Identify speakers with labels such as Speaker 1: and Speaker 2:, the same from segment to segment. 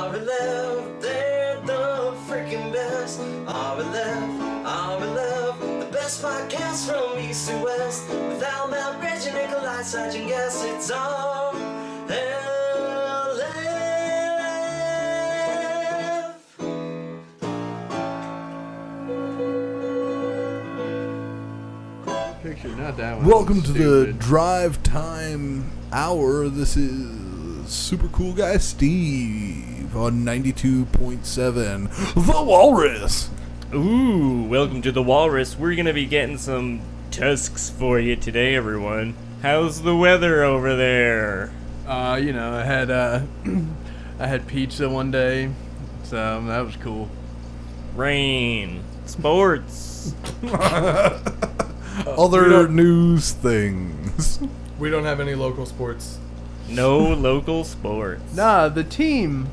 Speaker 1: love, they're the freaking best. RLF, RLF, the best podcast from east to west. With Al, Matt, Reggie, Nikolai, Sergeant, yes, it's RLF.
Speaker 2: Picture, not that one.
Speaker 3: Welcome to the
Speaker 2: Stupid.
Speaker 3: drive time hour. This is super cool guy Steve on 92.7 The Walrus.
Speaker 4: Ooh, welcome to the Walrus. We're gonna be getting some tusks for you today, everyone. How's the weather over there?
Speaker 2: Uh, you know, I had uh, I had pizza one day, so um, that was cool.
Speaker 4: Rain, sports.
Speaker 3: Other news things.
Speaker 5: We don't have any local sports.
Speaker 4: No local sports.
Speaker 2: Nah, the team,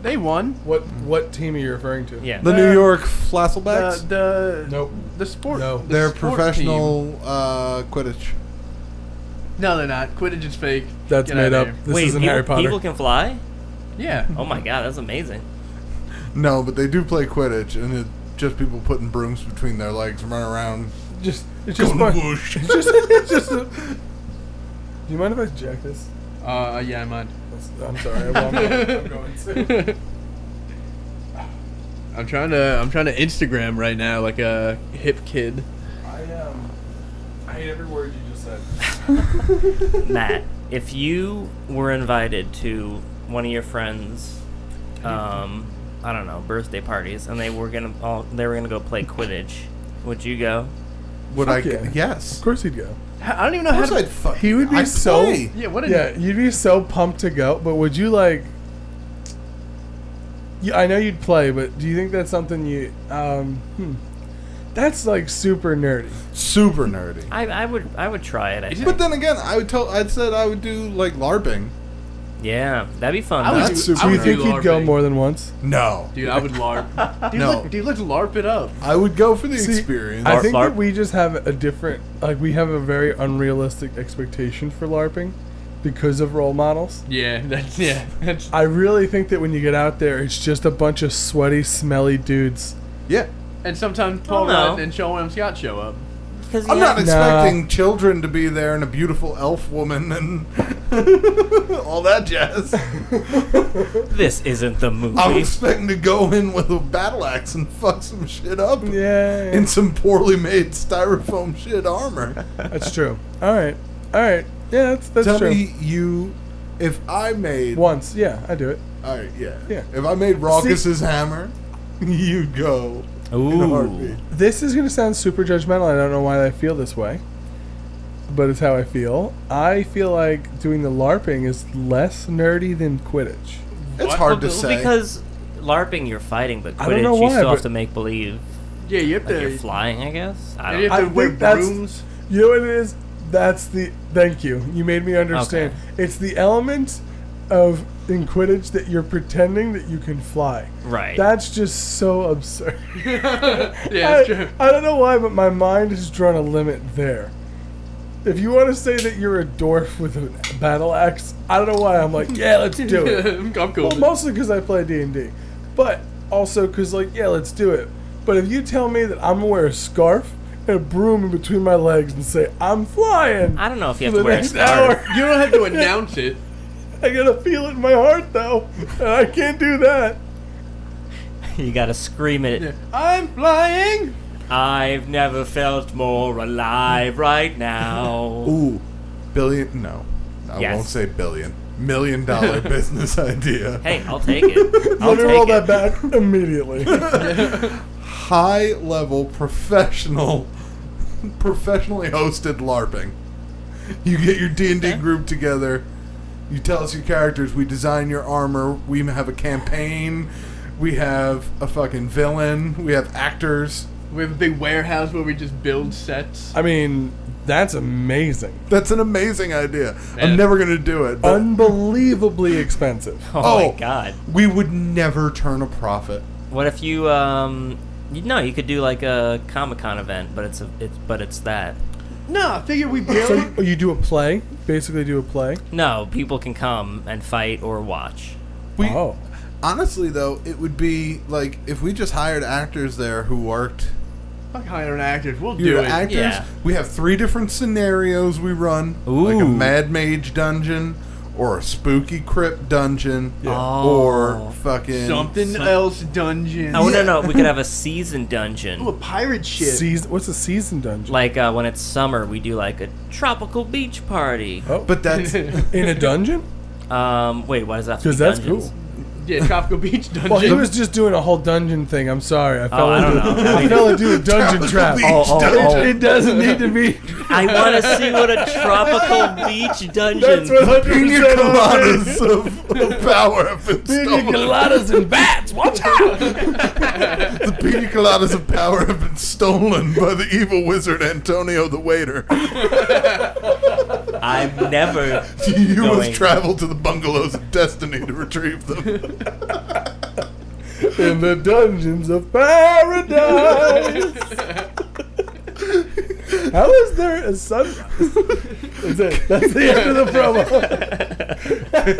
Speaker 2: they won.
Speaker 5: What what team are you referring to?
Speaker 4: Yeah.
Speaker 3: The New
Speaker 2: Uh,
Speaker 3: York
Speaker 2: The
Speaker 3: Flasselbacks.
Speaker 2: the
Speaker 5: Nope.
Speaker 2: the sport.
Speaker 5: No.
Speaker 2: the
Speaker 3: Oh, They're
Speaker 2: sport team.
Speaker 3: professional uh, Quidditch.
Speaker 2: No, they're not. Quidditch is fake.
Speaker 5: That's
Speaker 2: Get
Speaker 5: made
Speaker 2: outta
Speaker 5: up.
Speaker 2: here.
Speaker 5: This
Speaker 4: Wait,
Speaker 5: isn't
Speaker 4: people,
Speaker 5: Harry Potter.
Speaker 4: people can fly?
Speaker 2: Yeah.
Speaker 4: Oh my god, that's amazing.
Speaker 3: No, but they do play Quidditch, and it's just people putting brooms between their legs and running around.
Speaker 5: just it's
Speaker 3: Go
Speaker 5: just
Speaker 3: in the
Speaker 5: fun.
Speaker 3: bush.
Speaker 5: It's just, it's just a- Do you mind if I jack this?
Speaker 2: Uh, yeah, I mind.
Speaker 5: That's- I'm sorry. I'm, I'm, I'm going to.
Speaker 2: I'm trying to I'm trying to Instagram right now like a hip kid.
Speaker 5: I um, I hate every word you just said.
Speaker 4: Matt, if you were invited to one of your friends, um, I don't know, birthday parties, and they were gonna all they were gonna go play Quidditch, would you go?
Speaker 3: Would I?
Speaker 5: Fuck
Speaker 3: g-
Speaker 5: yeah.
Speaker 3: Yes.
Speaker 5: Of course he'd go.
Speaker 2: I don't even know
Speaker 3: Of
Speaker 2: how
Speaker 3: course
Speaker 2: to.
Speaker 3: I'd fuck-
Speaker 5: He would be
Speaker 3: I'd
Speaker 5: so-
Speaker 3: play.
Speaker 2: yeah, what? A,
Speaker 5: Yeah, you'd be so pumped to go, but would you like? You, I know you'd play, but do you think that's something you? Um, hmm. That's like super nerdy.
Speaker 3: super nerdy.
Speaker 4: I, I would I would try it. I
Speaker 2: Is it-
Speaker 4: think.
Speaker 3: But then again, I would tell. I said I would do like LARPing.
Speaker 4: Yeah, that'd be fun.
Speaker 2: I
Speaker 4: though.
Speaker 2: would
Speaker 3: That's
Speaker 2: do,
Speaker 3: super
Speaker 2: I would
Speaker 5: Do you
Speaker 3: nerdy.
Speaker 2: do
Speaker 5: think he'd go
Speaker 2: LARPing.
Speaker 5: more than once?
Speaker 3: No,
Speaker 2: Dude, I would LARP. Dude,
Speaker 3: No.
Speaker 2: look, dude, let's LARP it up.
Speaker 3: I would go for the
Speaker 5: See,
Speaker 3: experience.
Speaker 5: I
Speaker 4: Larp,
Speaker 5: think
Speaker 4: larp.
Speaker 5: that we just have a different, like, we have a very unrealistic expectation for LARPing because of role models.
Speaker 2: Yeah, that's yeah. That's,
Speaker 5: I really think that when you get out there, it's just a bunch of sweaty, smelly dudes.
Speaker 3: yeah,
Speaker 2: and sometimes Paul
Speaker 4: no.
Speaker 2: Rudd and Sean William Scott show up.
Speaker 4: 'Cause,
Speaker 3: I'm
Speaker 4: yeah,
Speaker 3: not expecting children to be there and a beautiful elf woman and all that jazz.
Speaker 4: This isn't the movie.
Speaker 3: I'm expecting to go in with a battle axe and fuck some shit up
Speaker 5: Yeah,
Speaker 3: in some poorly made styrofoam shit armor.
Speaker 5: that's true. All right, all right. Yeah, that's that's
Speaker 3: Tell
Speaker 5: true.
Speaker 3: me, you, if I made
Speaker 5: Once, yeah, I do it.
Speaker 3: all right, yeah,
Speaker 5: Yeah.
Speaker 3: if I made Raucus's hammer, you'd go. In a
Speaker 4: Ooh.
Speaker 3: heartbeat.
Speaker 5: This is gonna sound super judgmental. I don't know why I feel this way, but it's how I feel. I feel like doing the LARPing is less nerdy than Quidditch.
Speaker 3: It's
Speaker 2: What?
Speaker 3: hard to
Speaker 4: Well,
Speaker 3: say.
Speaker 4: Because LARPing, you're fighting, but
Speaker 5: I don't
Speaker 4: Quidditch,
Speaker 5: know
Speaker 4: you
Speaker 5: why,
Speaker 4: still have
Speaker 5: but-
Speaker 4: to make believe
Speaker 2: Yeah, you have
Speaker 4: like
Speaker 2: to.
Speaker 4: you're flying, I guess. I
Speaker 2: you
Speaker 4: don't
Speaker 2: have
Speaker 5: I
Speaker 2: to wear
Speaker 5: think that's-
Speaker 2: brooms.
Speaker 5: You know what it is? That's the thank you. You made me understand. It's the element of in Quidditch that you're pretending that you can fly.
Speaker 4: Right.
Speaker 5: That's just so absurd.
Speaker 2: yeah,
Speaker 5: I,
Speaker 2: it's true.
Speaker 5: I don't know why, but my mind has drawn a limit there. If you want to say that you're a dwarf with a battle axe, I don't know why I'm like, yeah, let's do it.
Speaker 2: I'm cool.
Speaker 5: well,
Speaker 2: with it.
Speaker 5: mostly because I play D and D, but also because like, yeah, let's do it. But if you tell me that I'm gonna wear a scarf and a broom in between my legs and say I'm flying,
Speaker 4: I don't know if you have
Speaker 5: the
Speaker 4: to wear a
Speaker 5: next
Speaker 4: scarf.
Speaker 5: hour.
Speaker 2: you don't have to announce it.
Speaker 5: I gotta feel it in my heart though, and I can't do that.
Speaker 4: You gotta scream it.
Speaker 2: Yeah. I'm flying.
Speaker 4: I've never felt more alive right now.
Speaker 3: Ooh, billion? No, I
Speaker 4: Yes.
Speaker 3: won't say billion. Million dollar business idea.
Speaker 4: hey, I'll take it. I'll
Speaker 5: Let me roll
Speaker 4: take
Speaker 5: that
Speaker 4: it.
Speaker 5: back immediately.
Speaker 3: High level professional, professionally hosted LARPing. You get your D and D group together. You tell us your characters. We design your armor. We have a campaign. We have a fucking villain. We have actors.
Speaker 2: We have a big warehouse where we just build sets.
Speaker 5: I mean, that's amazing.
Speaker 3: That's an amazing idea. I'm
Speaker 2: Man.
Speaker 3: never gonna do it. But
Speaker 5: Unbelievably expensive.
Speaker 4: Oh,
Speaker 3: Oh.
Speaker 4: my god.
Speaker 3: we would never turn a profit.
Speaker 4: What if you um you, no, you could do like a Comic Con event, but it's a, it's but it's that.
Speaker 2: No, I figure we build.
Speaker 5: So you, you do a play, basically do a play.
Speaker 4: No, people can come and fight or watch.
Speaker 3: We
Speaker 5: oh,
Speaker 3: Honestly, though, it would be like if we just hired actors there who worked.
Speaker 2: Fuck hiring actors. We'll do
Speaker 3: Your
Speaker 2: it.
Speaker 3: actors.
Speaker 4: yeah.
Speaker 3: We have three different scenarios we run, like a
Speaker 4: Ooh.
Speaker 3: Mad Mage dungeon, or a spooky crypt dungeon,
Speaker 4: Oh.
Speaker 3: or fucking
Speaker 2: Something
Speaker 4: Some-
Speaker 2: else dungeon.
Speaker 4: Oh
Speaker 3: Yeah.
Speaker 4: no, no, we could have a season
Speaker 2: Ooh, a
Speaker 4: dungeon.
Speaker 2: pirate ship.
Speaker 5: Season, what's a season dungeon?
Speaker 4: Like uh, when it's summer, we do like a tropical beach party.
Speaker 5: oh,
Speaker 3: But that's
Speaker 5: in a dungeon?
Speaker 4: Um, wait, why does that? have to
Speaker 5: Because
Speaker 4: be
Speaker 5: that's
Speaker 4: dungeons?
Speaker 5: cool.
Speaker 2: yeah, tropical beach dungeon.
Speaker 5: Well, he was just doing a whole dungeon thing. I'm sorry, I fell
Speaker 4: Oh, I don't
Speaker 5: into
Speaker 4: know.
Speaker 5: I fell into a dungeon
Speaker 3: Tropical
Speaker 5: trap.
Speaker 3: beach
Speaker 4: Oh, oh,
Speaker 3: dungeon.
Speaker 4: oh.
Speaker 5: It doesn't need to be.
Speaker 4: I want to see what a tropical beach dungeon.
Speaker 3: Pina coladas of, of power have been stolen.
Speaker 5: coladas and bats. Watch out!
Speaker 3: the pina coladas of power have been stolen by the evil wizard Antonio the waiter.
Speaker 4: I'm never.
Speaker 3: You
Speaker 4: Going.
Speaker 3: must travel to the bungalows of destiny to retrieve them.
Speaker 5: In the dungeons of paradise. How is there a sunrise? That's it. That's the end of the promo.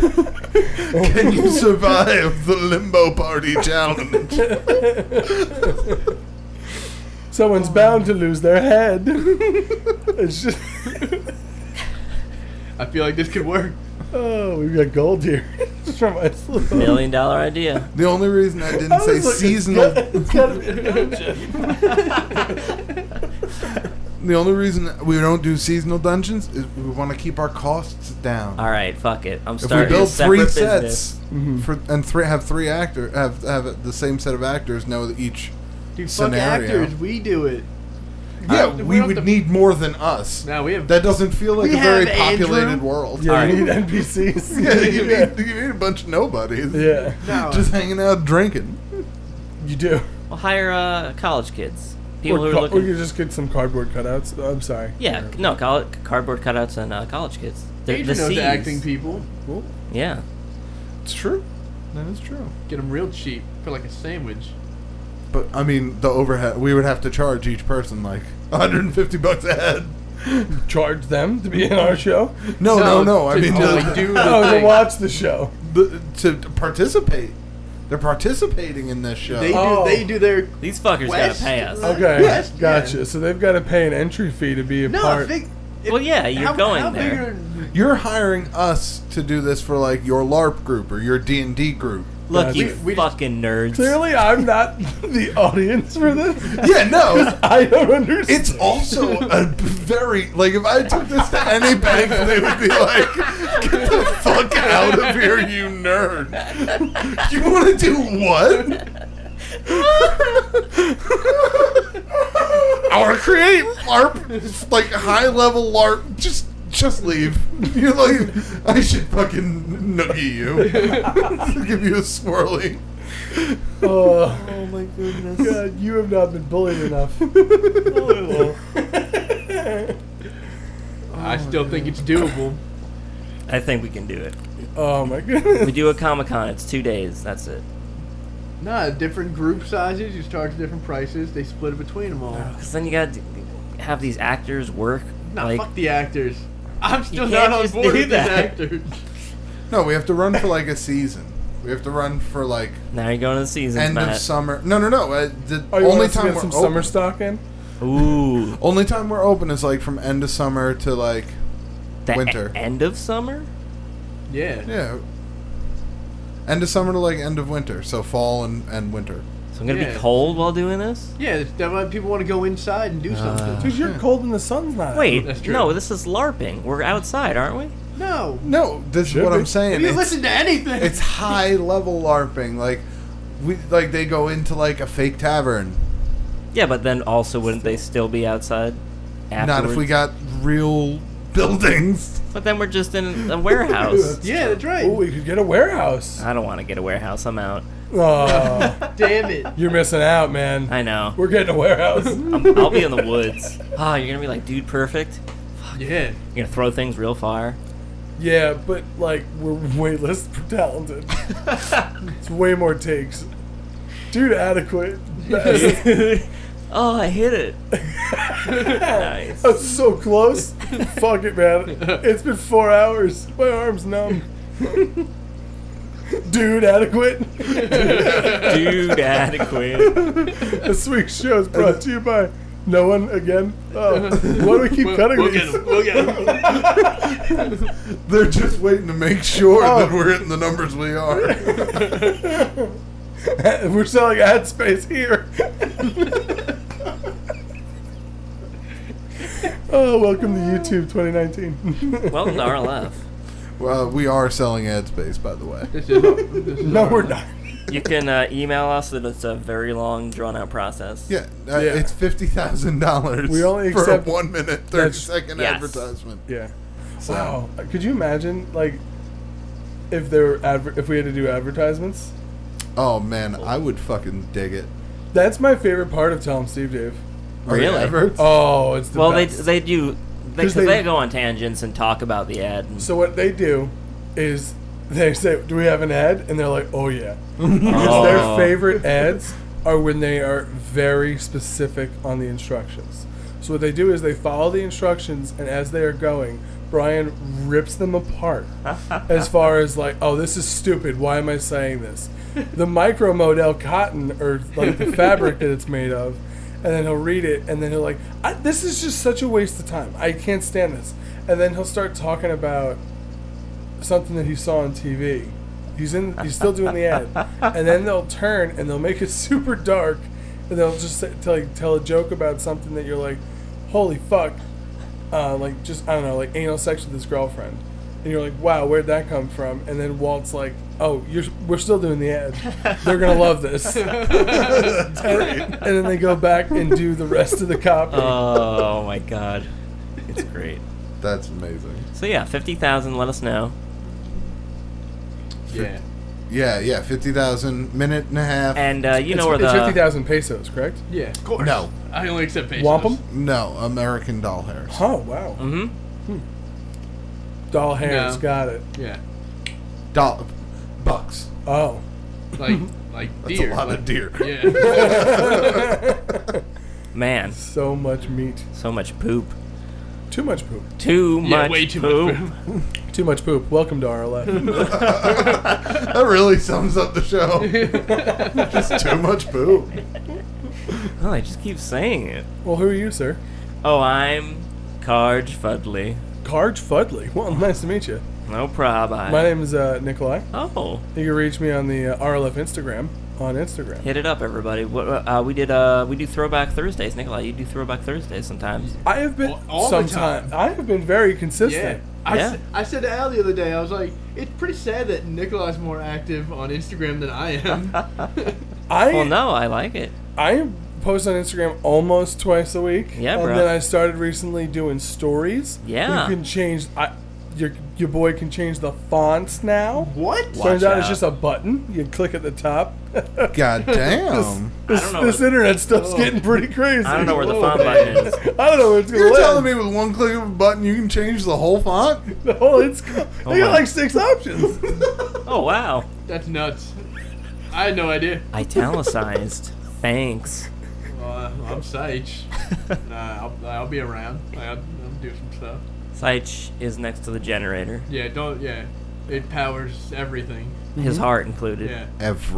Speaker 3: Can you survive the limbo party challenge?
Speaker 5: Someone's bound to lose their head. It's just.
Speaker 2: I feel like this could work.
Speaker 5: Oh, we've got gold here. It's from Iceland.
Speaker 4: Million dollar idea.
Speaker 3: The only reason I didn't
Speaker 5: I was
Speaker 3: say
Speaker 5: like, it's
Speaker 3: seasonal.
Speaker 5: got- it's gotta be a dungeon.
Speaker 3: The only reason we don't do seasonal dungeons is we want to keep our costs down.
Speaker 4: All right, fuck it. I'm
Speaker 3: if we
Speaker 4: starting a
Speaker 3: build
Speaker 4: separate
Speaker 3: three
Speaker 4: business.
Speaker 3: sets for, and three have three actor have have the same set of actors know that each
Speaker 2: Dude, fuck
Speaker 3: Scenario.
Speaker 2: actors. We do it.
Speaker 3: yeah
Speaker 2: we
Speaker 3: uh, we
Speaker 2: don't
Speaker 3: would
Speaker 2: have to-
Speaker 3: need more than us
Speaker 2: Now we have.
Speaker 3: that doesn't feel like
Speaker 2: We
Speaker 3: a very
Speaker 2: have Andrew.
Speaker 3: populated world
Speaker 5: Yeah,
Speaker 4: All right.
Speaker 5: you need NPCs.
Speaker 3: yeah, you, need, you need a bunch of nobodies
Speaker 5: Yeah,
Speaker 2: no,
Speaker 3: just hanging out drinking
Speaker 5: you do.
Speaker 4: We'll hire uh, college kids.
Speaker 5: Or,
Speaker 4: People who
Speaker 5: ca-
Speaker 4: are
Speaker 5: or you
Speaker 4: looking.
Speaker 5: just get some cardboard cutouts. I'm sorry.
Speaker 4: Yeah, no, col- cardboard cutouts and uh, college kids. They're
Speaker 2: Adrian
Speaker 4: the
Speaker 2: knows
Speaker 4: Cs.
Speaker 2: the acting people.
Speaker 4: Yeah.
Speaker 3: it's true that is true
Speaker 2: Get them real cheap for like a sandwich.
Speaker 3: but i mean the overhead we would have to charge each person like 150 bucks a head
Speaker 5: Charge them to be in our show.
Speaker 3: no no no, i
Speaker 2: to
Speaker 3: mean
Speaker 2: totally
Speaker 3: the-
Speaker 2: do the
Speaker 5: Oh,
Speaker 2: thing.
Speaker 5: to watch the show.
Speaker 3: the, to participate they're participating in this show
Speaker 2: They
Speaker 5: Oh.
Speaker 2: do. They do their.
Speaker 4: These fuckers
Speaker 2: West-
Speaker 4: gotta pay us.
Speaker 5: Okay,
Speaker 2: Yes, yeah.
Speaker 5: gotcha. So they've got to pay an entry fee to be a
Speaker 2: No, I
Speaker 5: part.
Speaker 2: think.
Speaker 4: Well, yeah, you're
Speaker 2: how,
Speaker 4: going
Speaker 2: how
Speaker 4: there.
Speaker 2: Big are,
Speaker 3: You're hiring us to do this for like your LARP group or your D and D group.
Speaker 4: Look, you
Speaker 2: We- we just-
Speaker 4: fucking nerds.
Speaker 5: Clearly, I'm not the audience for this.
Speaker 3: Yeah, no,
Speaker 5: I don't understand.
Speaker 3: it's also a very like if I took this to any bank, they would be like, "Get the fuck out of here, you nerd! You want to do what?" Or create LARP like high level LARP. Just, just leave. You're like, I should fucking noogie you. Give you a swirly.
Speaker 5: Oh,
Speaker 4: my goodness.
Speaker 5: God, you have not been bullied enough. Oh,
Speaker 2: I still think it's doable.
Speaker 4: I think we can do it.
Speaker 5: Oh my goodness.
Speaker 4: We do a Comic Con. It's two days. That's it.
Speaker 2: Nah, different group sizes. You charge different prices. They split it between them all.
Speaker 4: Because then you gotta d- have these actors work.
Speaker 2: Nah,
Speaker 4: like,
Speaker 2: fuck the actors. I'm still
Speaker 4: can't
Speaker 2: not on
Speaker 4: just
Speaker 2: board
Speaker 4: do
Speaker 2: with these
Speaker 4: that.
Speaker 2: actors.
Speaker 3: No, we have to run for like a season. We have to run for like
Speaker 4: now you're going to the season.
Speaker 3: end of summer. No, no, no. Uh, the
Speaker 5: Oh, you
Speaker 3: only
Speaker 5: want us to
Speaker 3: time
Speaker 5: get
Speaker 3: we're
Speaker 5: some
Speaker 3: open,
Speaker 5: summer stock in?
Speaker 4: Ooh.
Speaker 3: only time we're open is like from end of summer to like
Speaker 4: The
Speaker 3: Winter.
Speaker 4: e- end of summer?
Speaker 2: Yeah.
Speaker 3: yeah, end of summer to like end of winter. So fall and and winter.
Speaker 4: So I'm gonna
Speaker 2: Yeah.
Speaker 4: be cold while doing this?
Speaker 2: Yeah, that's- that's why people want to go inside and do something.
Speaker 5: Dude, you're
Speaker 4: Uh-huh.
Speaker 5: cold and the sun's not. out.
Speaker 2: That's
Speaker 4: Wait,
Speaker 2: true.
Speaker 4: no, this is LARPing. We're outside, aren't we?
Speaker 2: No.
Speaker 3: No, this
Speaker 5: Should
Speaker 3: is what
Speaker 5: be.
Speaker 3: I'm saying.
Speaker 2: Have you
Speaker 3: It's,
Speaker 2: listened to anything?
Speaker 3: it's high level larping. Like we like they go into like a fake tavern.
Speaker 4: Yeah, but then also wouldn't they still be outside? Afterwards?
Speaker 3: Not if we got real buildings.
Speaker 4: But then we're just in a warehouse.
Speaker 2: yeah, that's right.
Speaker 5: Oh, we could get a warehouse.
Speaker 4: I don't want to get a warehouse. I'm out.
Speaker 5: Oh,
Speaker 2: Damn it.
Speaker 5: you're missing out, man.
Speaker 4: Uh-huh. I know.
Speaker 5: We're getting a warehouse.
Speaker 4: I'm, I'll be in the woods. Oh, you're gonna be like, dude, perfect.
Speaker 2: Yeah.
Speaker 4: You're gonna throw things real far.
Speaker 5: yeah, but like we're way less talented. it's way more takes. Dude, adequate. Best.
Speaker 4: Oh, I hit it. nice.
Speaker 5: I'm so close. Fuck it, man. It's been four hours. My arm's numb. Dude, adequate.
Speaker 4: Dude, adequate.
Speaker 5: this week's show is brought to you by no one again. Oh, why do we keep cutting
Speaker 6: We'll get
Speaker 5: these?
Speaker 6: him. We'll get him.
Speaker 3: They're just waiting to make sure
Speaker 5: Oh.
Speaker 3: that we're hitting the numbers we are.
Speaker 5: We're selling ad space here. oh, welcome to YouTube 2019.
Speaker 4: Welcome to RLF.
Speaker 3: Well, we are selling ad space, by the way.
Speaker 2: This is, this is
Speaker 5: no,
Speaker 2: our-
Speaker 5: we're not.
Speaker 4: You can uh, email us that it's a very long, drawn out process.
Speaker 3: Yeah, uh,
Speaker 5: Yeah.
Speaker 3: it's fifty thousand dollars.
Speaker 5: We only
Speaker 3: for
Speaker 5: accept-
Speaker 3: a one minute thirty
Speaker 5: That's-
Speaker 3: second
Speaker 4: Yes.
Speaker 3: advertisement.
Speaker 5: Yeah. Wow. Could you imagine, like, if there were adver- if we had to do advertisements?
Speaker 3: Oh man, I would fucking dig it.
Speaker 5: That's my favorite part of Tom Steve Dave.
Speaker 3: Are they
Speaker 4: Really?
Speaker 3: adverts?
Speaker 5: Oh, it's the
Speaker 4: Well, they,
Speaker 5: best.
Speaker 4: they do. They,
Speaker 5: 'Cause
Speaker 4: 'cause they,
Speaker 5: they-
Speaker 4: go on tangents and talk about the ad. And,
Speaker 5: So what they do is they say, "Do we have an ad?" And they're like, "Oh yeah." Because
Speaker 4: Oh.
Speaker 5: their favorite ads are when they are very specific on the instructions. So what they do is they follow the instructions, and as they are going, Brian rips them apart. as far as like, "Oh, this is stupid. Why am I saying this?" The micro modal cotton or like the fabric that it's made of. And then he'll read it, and then he'll like, I, "This is just such a waste of time. I can't stand this." And then he'll start talking about something that he saw on TV. He's in. He's still doing the ad, and then they'll turn and they'll make it super dark, and they'll just say, tell, like, tell a joke about something that you're like, "Holy fuck!" Uh, like just I don't know, like anal sex with his girlfriend, and you're like, "Wow, where'd that come from?" And then Walt's like, "Oh, you're we're still doing the ad. They're gonna love this." and, and then they go back and do the rest of the copy.
Speaker 4: oh my god, it's great.
Speaker 3: That's amazing.
Speaker 4: So yeah, fifty thousand. Let us know.
Speaker 2: Yeah.
Speaker 3: Yeah, yeah, fifty thousand minute and a half.
Speaker 4: And uh, you
Speaker 5: it's,
Speaker 4: know where
Speaker 5: it's
Speaker 4: the
Speaker 5: fifty thousand pesos, correct?
Speaker 2: Yeah.
Speaker 3: no,
Speaker 2: I only accept patients.
Speaker 5: Wampum.
Speaker 3: no, American doll hairs.
Speaker 5: Oh wow,
Speaker 4: Mm-hmm.
Speaker 5: doll hairs,
Speaker 2: No.
Speaker 5: got it.
Speaker 2: Yeah.
Speaker 3: Doll bucks.
Speaker 5: Oh.
Speaker 2: Like like
Speaker 3: That's
Speaker 2: deer.
Speaker 3: a lot
Speaker 2: like,
Speaker 3: of deer.
Speaker 2: Yeah.
Speaker 4: Man,
Speaker 5: So much meat.
Speaker 4: so much poop.
Speaker 5: Too much poop.
Speaker 4: Too
Speaker 2: yeah.
Speaker 4: much
Speaker 2: Way too
Speaker 4: poop.
Speaker 2: much.
Speaker 5: Too much poop. Welcome to RLF.
Speaker 3: That really sums up the show. Just too much boo.
Speaker 4: Oh, I just keep saying it.
Speaker 5: well, who are you, sir?
Speaker 4: Oh, I'm Carge Fudley.
Speaker 5: Carge Fudley. Well, nice to meet you.
Speaker 4: No prob. I.
Speaker 5: My name is uh, Nikolai.
Speaker 4: oh,
Speaker 5: You can reach me on the uh, RLF Instagram on Instagram.
Speaker 4: hit it up, everybody. What uh, we did? Uh, we do Throwback Thursdays, Nikolai. You do Throwback Thursdays sometimes.
Speaker 5: I have been
Speaker 2: All- all the
Speaker 5: sometime.
Speaker 2: time.
Speaker 5: I have been very
Speaker 2: Yeah.
Speaker 5: consistent.
Speaker 6: I,
Speaker 4: Yeah.
Speaker 6: s- I said to Al the other day, I was like, it's pretty sad that Nikolai's more active on Instagram than I am.
Speaker 5: I
Speaker 4: Well, no, I like it.
Speaker 5: I post on Instagram almost twice a week.
Speaker 4: Yeah,
Speaker 5: and
Speaker 4: bruh.
Speaker 5: then I started recently doing stories.
Speaker 4: Yeah.
Speaker 5: you can change. I, your your boy can change the fonts now.
Speaker 6: what?
Speaker 5: Turns
Speaker 4: Watch
Speaker 5: out, it's
Speaker 4: out.
Speaker 5: just a button. You click at the top.
Speaker 3: God damn.
Speaker 5: This,
Speaker 4: don't know what-
Speaker 5: this internet stuff's getting pretty crazy.
Speaker 4: Oh.
Speaker 5: Oh.
Speaker 4: I don't know where the
Speaker 6: Whoa.
Speaker 4: font button is.
Speaker 5: I don't know where it's gonna
Speaker 3: You're
Speaker 5: land.
Speaker 3: telling me with one click of a button you can change the whole font?
Speaker 5: Oh, it's they got
Speaker 4: my.
Speaker 5: like six options.
Speaker 4: Oh wow,
Speaker 6: That's nuts. I had no idea.
Speaker 4: italicized. Thanks.
Speaker 6: Uh, I'm Sage. uh, I'll, I'll be around. Like, I'll, I'll do some stuff.
Speaker 4: Seich is next to the generator,
Speaker 6: Yeah, don't. Yeah, it powers everything.
Speaker 4: his
Speaker 5: Mm-hmm.
Speaker 4: heart included.
Speaker 6: Yeah,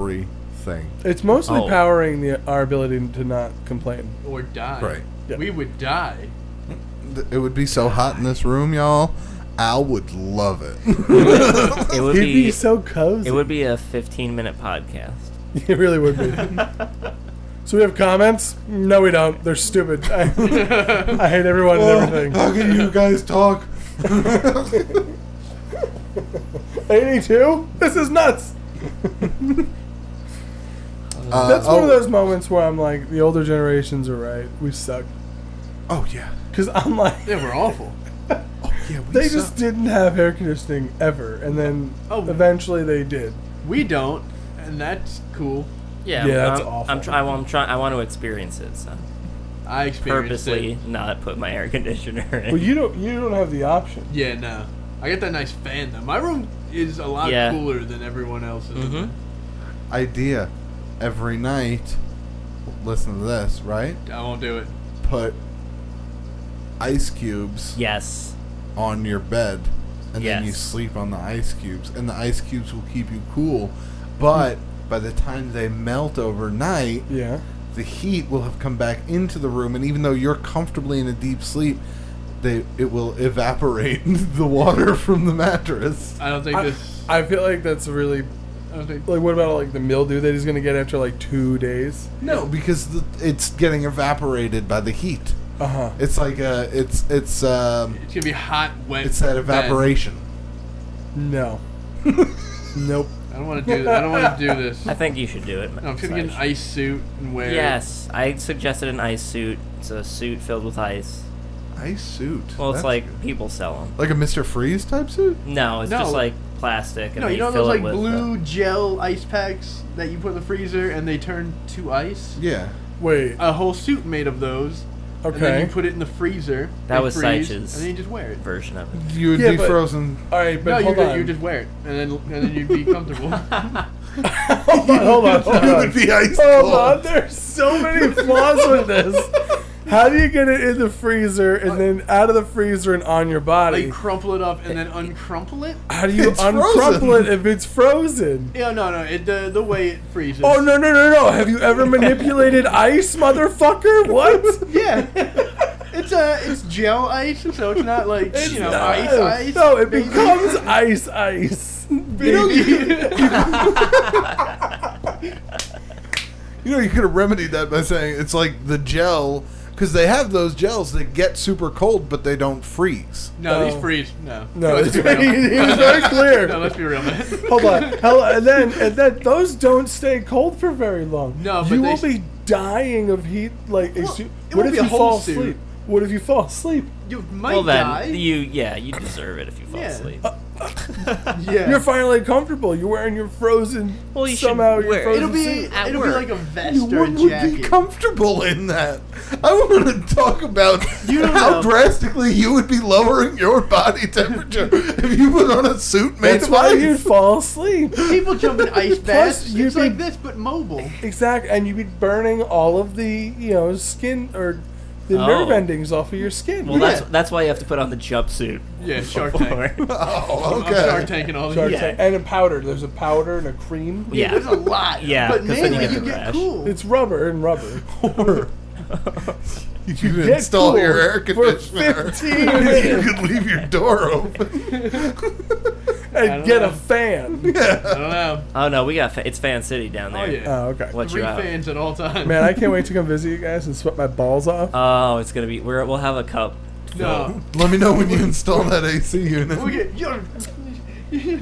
Speaker 3: Everything.
Speaker 5: It's mostly
Speaker 4: Oh.
Speaker 5: powering the our ability to not complain.
Speaker 6: or die.
Speaker 3: Right.
Speaker 5: Yeah.
Speaker 6: We would die.
Speaker 3: Th- It would be so hot in this room, y'all. Al would love it.
Speaker 4: It would
Speaker 5: It'd
Speaker 4: be,
Speaker 5: be so cozy.
Speaker 4: it would be a 15 minute podcast.
Speaker 5: It really would be. so we have comments? No, we don't. They're stupid. I, I hate everyone and everything.
Speaker 3: How can you guys talk? Uh,
Speaker 5: 82? This is nuts.
Speaker 3: Uh,
Speaker 5: That's
Speaker 3: oh,
Speaker 5: one of those moments where I'm like, the older generations are right. We suck.
Speaker 3: Oh yeah,
Speaker 5: Because I'm like,
Speaker 6: They were awful.
Speaker 3: yeah. We
Speaker 5: they
Speaker 3: suck.
Speaker 5: just didn't have air conditioning ever. And then
Speaker 6: Oh.
Speaker 5: eventually they did.
Speaker 6: We don't, and that's cool.
Speaker 4: Yeah,
Speaker 5: Yeah, that's
Speaker 4: I'm,
Speaker 5: awful.
Speaker 4: I'm, try, I'm trying. I want to experience it. So
Speaker 6: I experienced
Speaker 4: purposely
Speaker 6: it.
Speaker 4: not put my air conditioner in.
Speaker 5: Well, you don't, you don't have the option.
Speaker 6: Yeah, no. I got that nice fan though. My room is a lot
Speaker 4: Yeah.
Speaker 6: cooler than everyone else's.
Speaker 4: Mhm.
Speaker 5: Mm-hmm.
Speaker 3: idea every night. Listen to this, right?
Speaker 6: I won't do it.
Speaker 3: Put ice cubes
Speaker 4: Yes.
Speaker 3: on your bed and then you
Speaker 4: Yes.
Speaker 3: sleep on the ice cubes, and the ice cubes will keep you cool. But by the time they melt overnight,
Speaker 5: Yeah.
Speaker 3: the heat will have come back into the room, and even though you're comfortably in a deep sleep, they it will evaporate the water from the mattress.
Speaker 6: I don't think
Speaker 5: I,
Speaker 6: this.
Speaker 5: I feel like that's really
Speaker 6: I don't think.
Speaker 5: like what about like the mildew that he's gonna get after like two days?
Speaker 3: No, because the, it's getting evaporated by the heat.
Speaker 5: Uh huh.
Speaker 3: It's like a it's it's um
Speaker 6: It's gonna be hot, wet.
Speaker 3: it's that
Speaker 6: bed.
Speaker 3: evaporation.
Speaker 5: No. nope.
Speaker 6: I don't want to do. I don't want to do this.
Speaker 4: I think you should do it.
Speaker 6: No, I'm gonna
Speaker 4: Sarge.
Speaker 6: get an ice suit and wear.
Speaker 4: Yes, I suggested an ice suit. It's a suit filled with ice.
Speaker 3: Ice suit.
Speaker 4: Well, it's
Speaker 3: That's
Speaker 4: like
Speaker 3: good.
Speaker 4: people sell them.
Speaker 3: like a Mister Freeze type suit.
Speaker 4: No, it's
Speaker 6: No.
Speaker 4: just like plastic. And
Speaker 6: No,
Speaker 4: they
Speaker 6: you know
Speaker 4: fill
Speaker 6: those
Speaker 4: it
Speaker 6: like
Speaker 4: with,
Speaker 6: blue gel ice packs that you put in the freezer and they turn to ice.
Speaker 3: Yeah.
Speaker 5: Wait.
Speaker 6: A whole suit made of those. And then
Speaker 5: Okay.
Speaker 6: you put it in the freezer.
Speaker 4: That
Speaker 6: they
Speaker 4: was
Speaker 6: freeze,
Speaker 4: Sych's.
Speaker 6: And then you just wear it.
Speaker 4: version of it.
Speaker 3: You would
Speaker 5: Yeah,
Speaker 3: be
Speaker 5: but-
Speaker 3: frozen.
Speaker 5: All right, but
Speaker 6: no, you
Speaker 5: hold
Speaker 6: just,
Speaker 5: on.
Speaker 6: you just wear it, and then and then you'd be comfortable.
Speaker 5: hold on. Hold on. Hold
Speaker 3: You
Speaker 5: on.
Speaker 3: would be ice
Speaker 5: Hold
Speaker 3: cold.
Speaker 5: on. There's so many flaws with this. How do you get it in the freezer and then out of the freezer and on your
Speaker 6: like
Speaker 5: body?
Speaker 6: crumple it up and then uncrumple it.
Speaker 5: How do you
Speaker 3: It's
Speaker 5: uncrumple
Speaker 3: frozen.
Speaker 5: it if it's frozen?
Speaker 6: Yeah, no, no. It, the the way it freezes.
Speaker 5: Oh no no no no! Have you ever manipulated ice, motherfucker? What?
Speaker 6: Yeah. It's uh, it's gel ice, so it's not like you know
Speaker 5: No.
Speaker 6: ice ice.
Speaker 5: No, it
Speaker 6: baby.
Speaker 5: becomes ice ice.
Speaker 6: You know,
Speaker 3: You know, you could have remedied that by saying it's like the gel, because they have those gels that get super cold, but they don't freeze.
Speaker 6: no, these
Speaker 5: No.
Speaker 6: freeze. No,
Speaker 5: No,
Speaker 6: let's
Speaker 5: it's,
Speaker 6: be
Speaker 5: he,
Speaker 6: real.
Speaker 5: he was very clear.
Speaker 6: No, let's be real. man.
Speaker 5: Hold on, Hell, and then and then those don't stay cold for very long.
Speaker 6: No, but
Speaker 5: you
Speaker 6: they
Speaker 5: will
Speaker 6: s-
Speaker 5: be dying of heat. Like,
Speaker 6: Well,
Speaker 5: exu-
Speaker 6: it
Speaker 5: what
Speaker 6: won't
Speaker 5: if
Speaker 6: be a
Speaker 5: you
Speaker 6: whole
Speaker 5: fall
Speaker 6: suit.
Speaker 5: asleep? What if you fall asleep?
Speaker 6: You might
Speaker 4: Well then,
Speaker 6: die.
Speaker 4: you yeah, you deserve it if you fall
Speaker 6: Yeah. Uh,
Speaker 4: asleep.
Speaker 6: yeah.
Speaker 5: You're finally comfortable. You're wearing your frozen.
Speaker 4: Well, you should
Speaker 5: somehow your
Speaker 4: wear it.
Speaker 5: frozen
Speaker 6: it'll be
Speaker 5: suit.
Speaker 4: at
Speaker 6: it'll
Speaker 4: work.
Speaker 6: be like a vest
Speaker 3: You
Speaker 6: or a
Speaker 3: would, would be
Speaker 6: jacket.
Speaker 3: comfortable in that. I want to talk about
Speaker 6: You don't
Speaker 3: how
Speaker 6: know.
Speaker 3: drastically you would be lowering your body temperature if you put on a suit made
Speaker 5: That's
Speaker 3: of
Speaker 5: why
Speaker 3: ice.
Speaker 5: you'd fall asleep.
Speaker 6: People jump in ice baths.
Speaker 5: you'd
Speaker 6: It's like
Speaker 5: be-
Speaker 6: this, but mobile.
Speaker 5: Exactly, and you'd be burning all of the you know skin or the
Speaker 4: Oh.
Speaker 5: nerve endings off of your skin.
Speaker 4: Well,
Speaker 5: Yeah.
Speaker 4: that's that's why you have to put on the jumpsuit.
Speaker 6: Yeah, Shark Tank.
Speaker 4: before.
Speaker 3: Oh,
Speaker 6: I'm Shark
Speaker 3: okay.
Speaker 6: Tank and all that.
Speaker 5: Shark
Speaker 4: Yeah.
Speaker 5: Tank. and a powder. There's a powder and a cream.
Speaker 4: Yeah.
Speaker 6: There's a lot.
Speaker 4: Yeah,
Speaker 6: but
Speaker 4: 'cause then
Speaker 6: mainly
Speaker 4: you
Speaker 6: you get,
Speaker 4: get the rash.
Speaker 6: cool.
Speaker 5: It's rubber and rubber.
Speaker 3: Or you could
Speaker 5: Get
Speaker 3: install
Speaker 5: cool
Speaker 3: your air
Speaker 5: for
Speaker 3: conditioner.
Speaker 5: 15
Speaker 3: you
Speaker 5: minutes
Speaker 3: could leave your door open.
Speaker 5: and
Speaker 6: don't
Speaker 5: get a
Speaker 6: know.
Speaker 5: fan.
Speaker 6: I don't know.
Speaker 4: Oh no, we got fa- it's Fan City down there.
Speaker 6: Oh yeah.
Speaker 5: Oh, okay.
Speaker 4: What
Speaker 6: Three
Speaker 4: you out?
Speaker 6: fans at all times.
Speaker 5: Man, I can't wait to come visit you guys and sweat my balls off.
Speaker 4: Oh, it's gonna be. We're, we'll have a cup.
Speaker 6: no.
Speaker 3: Let me know when you install that AC unit.
Speaker 6: We get you're, you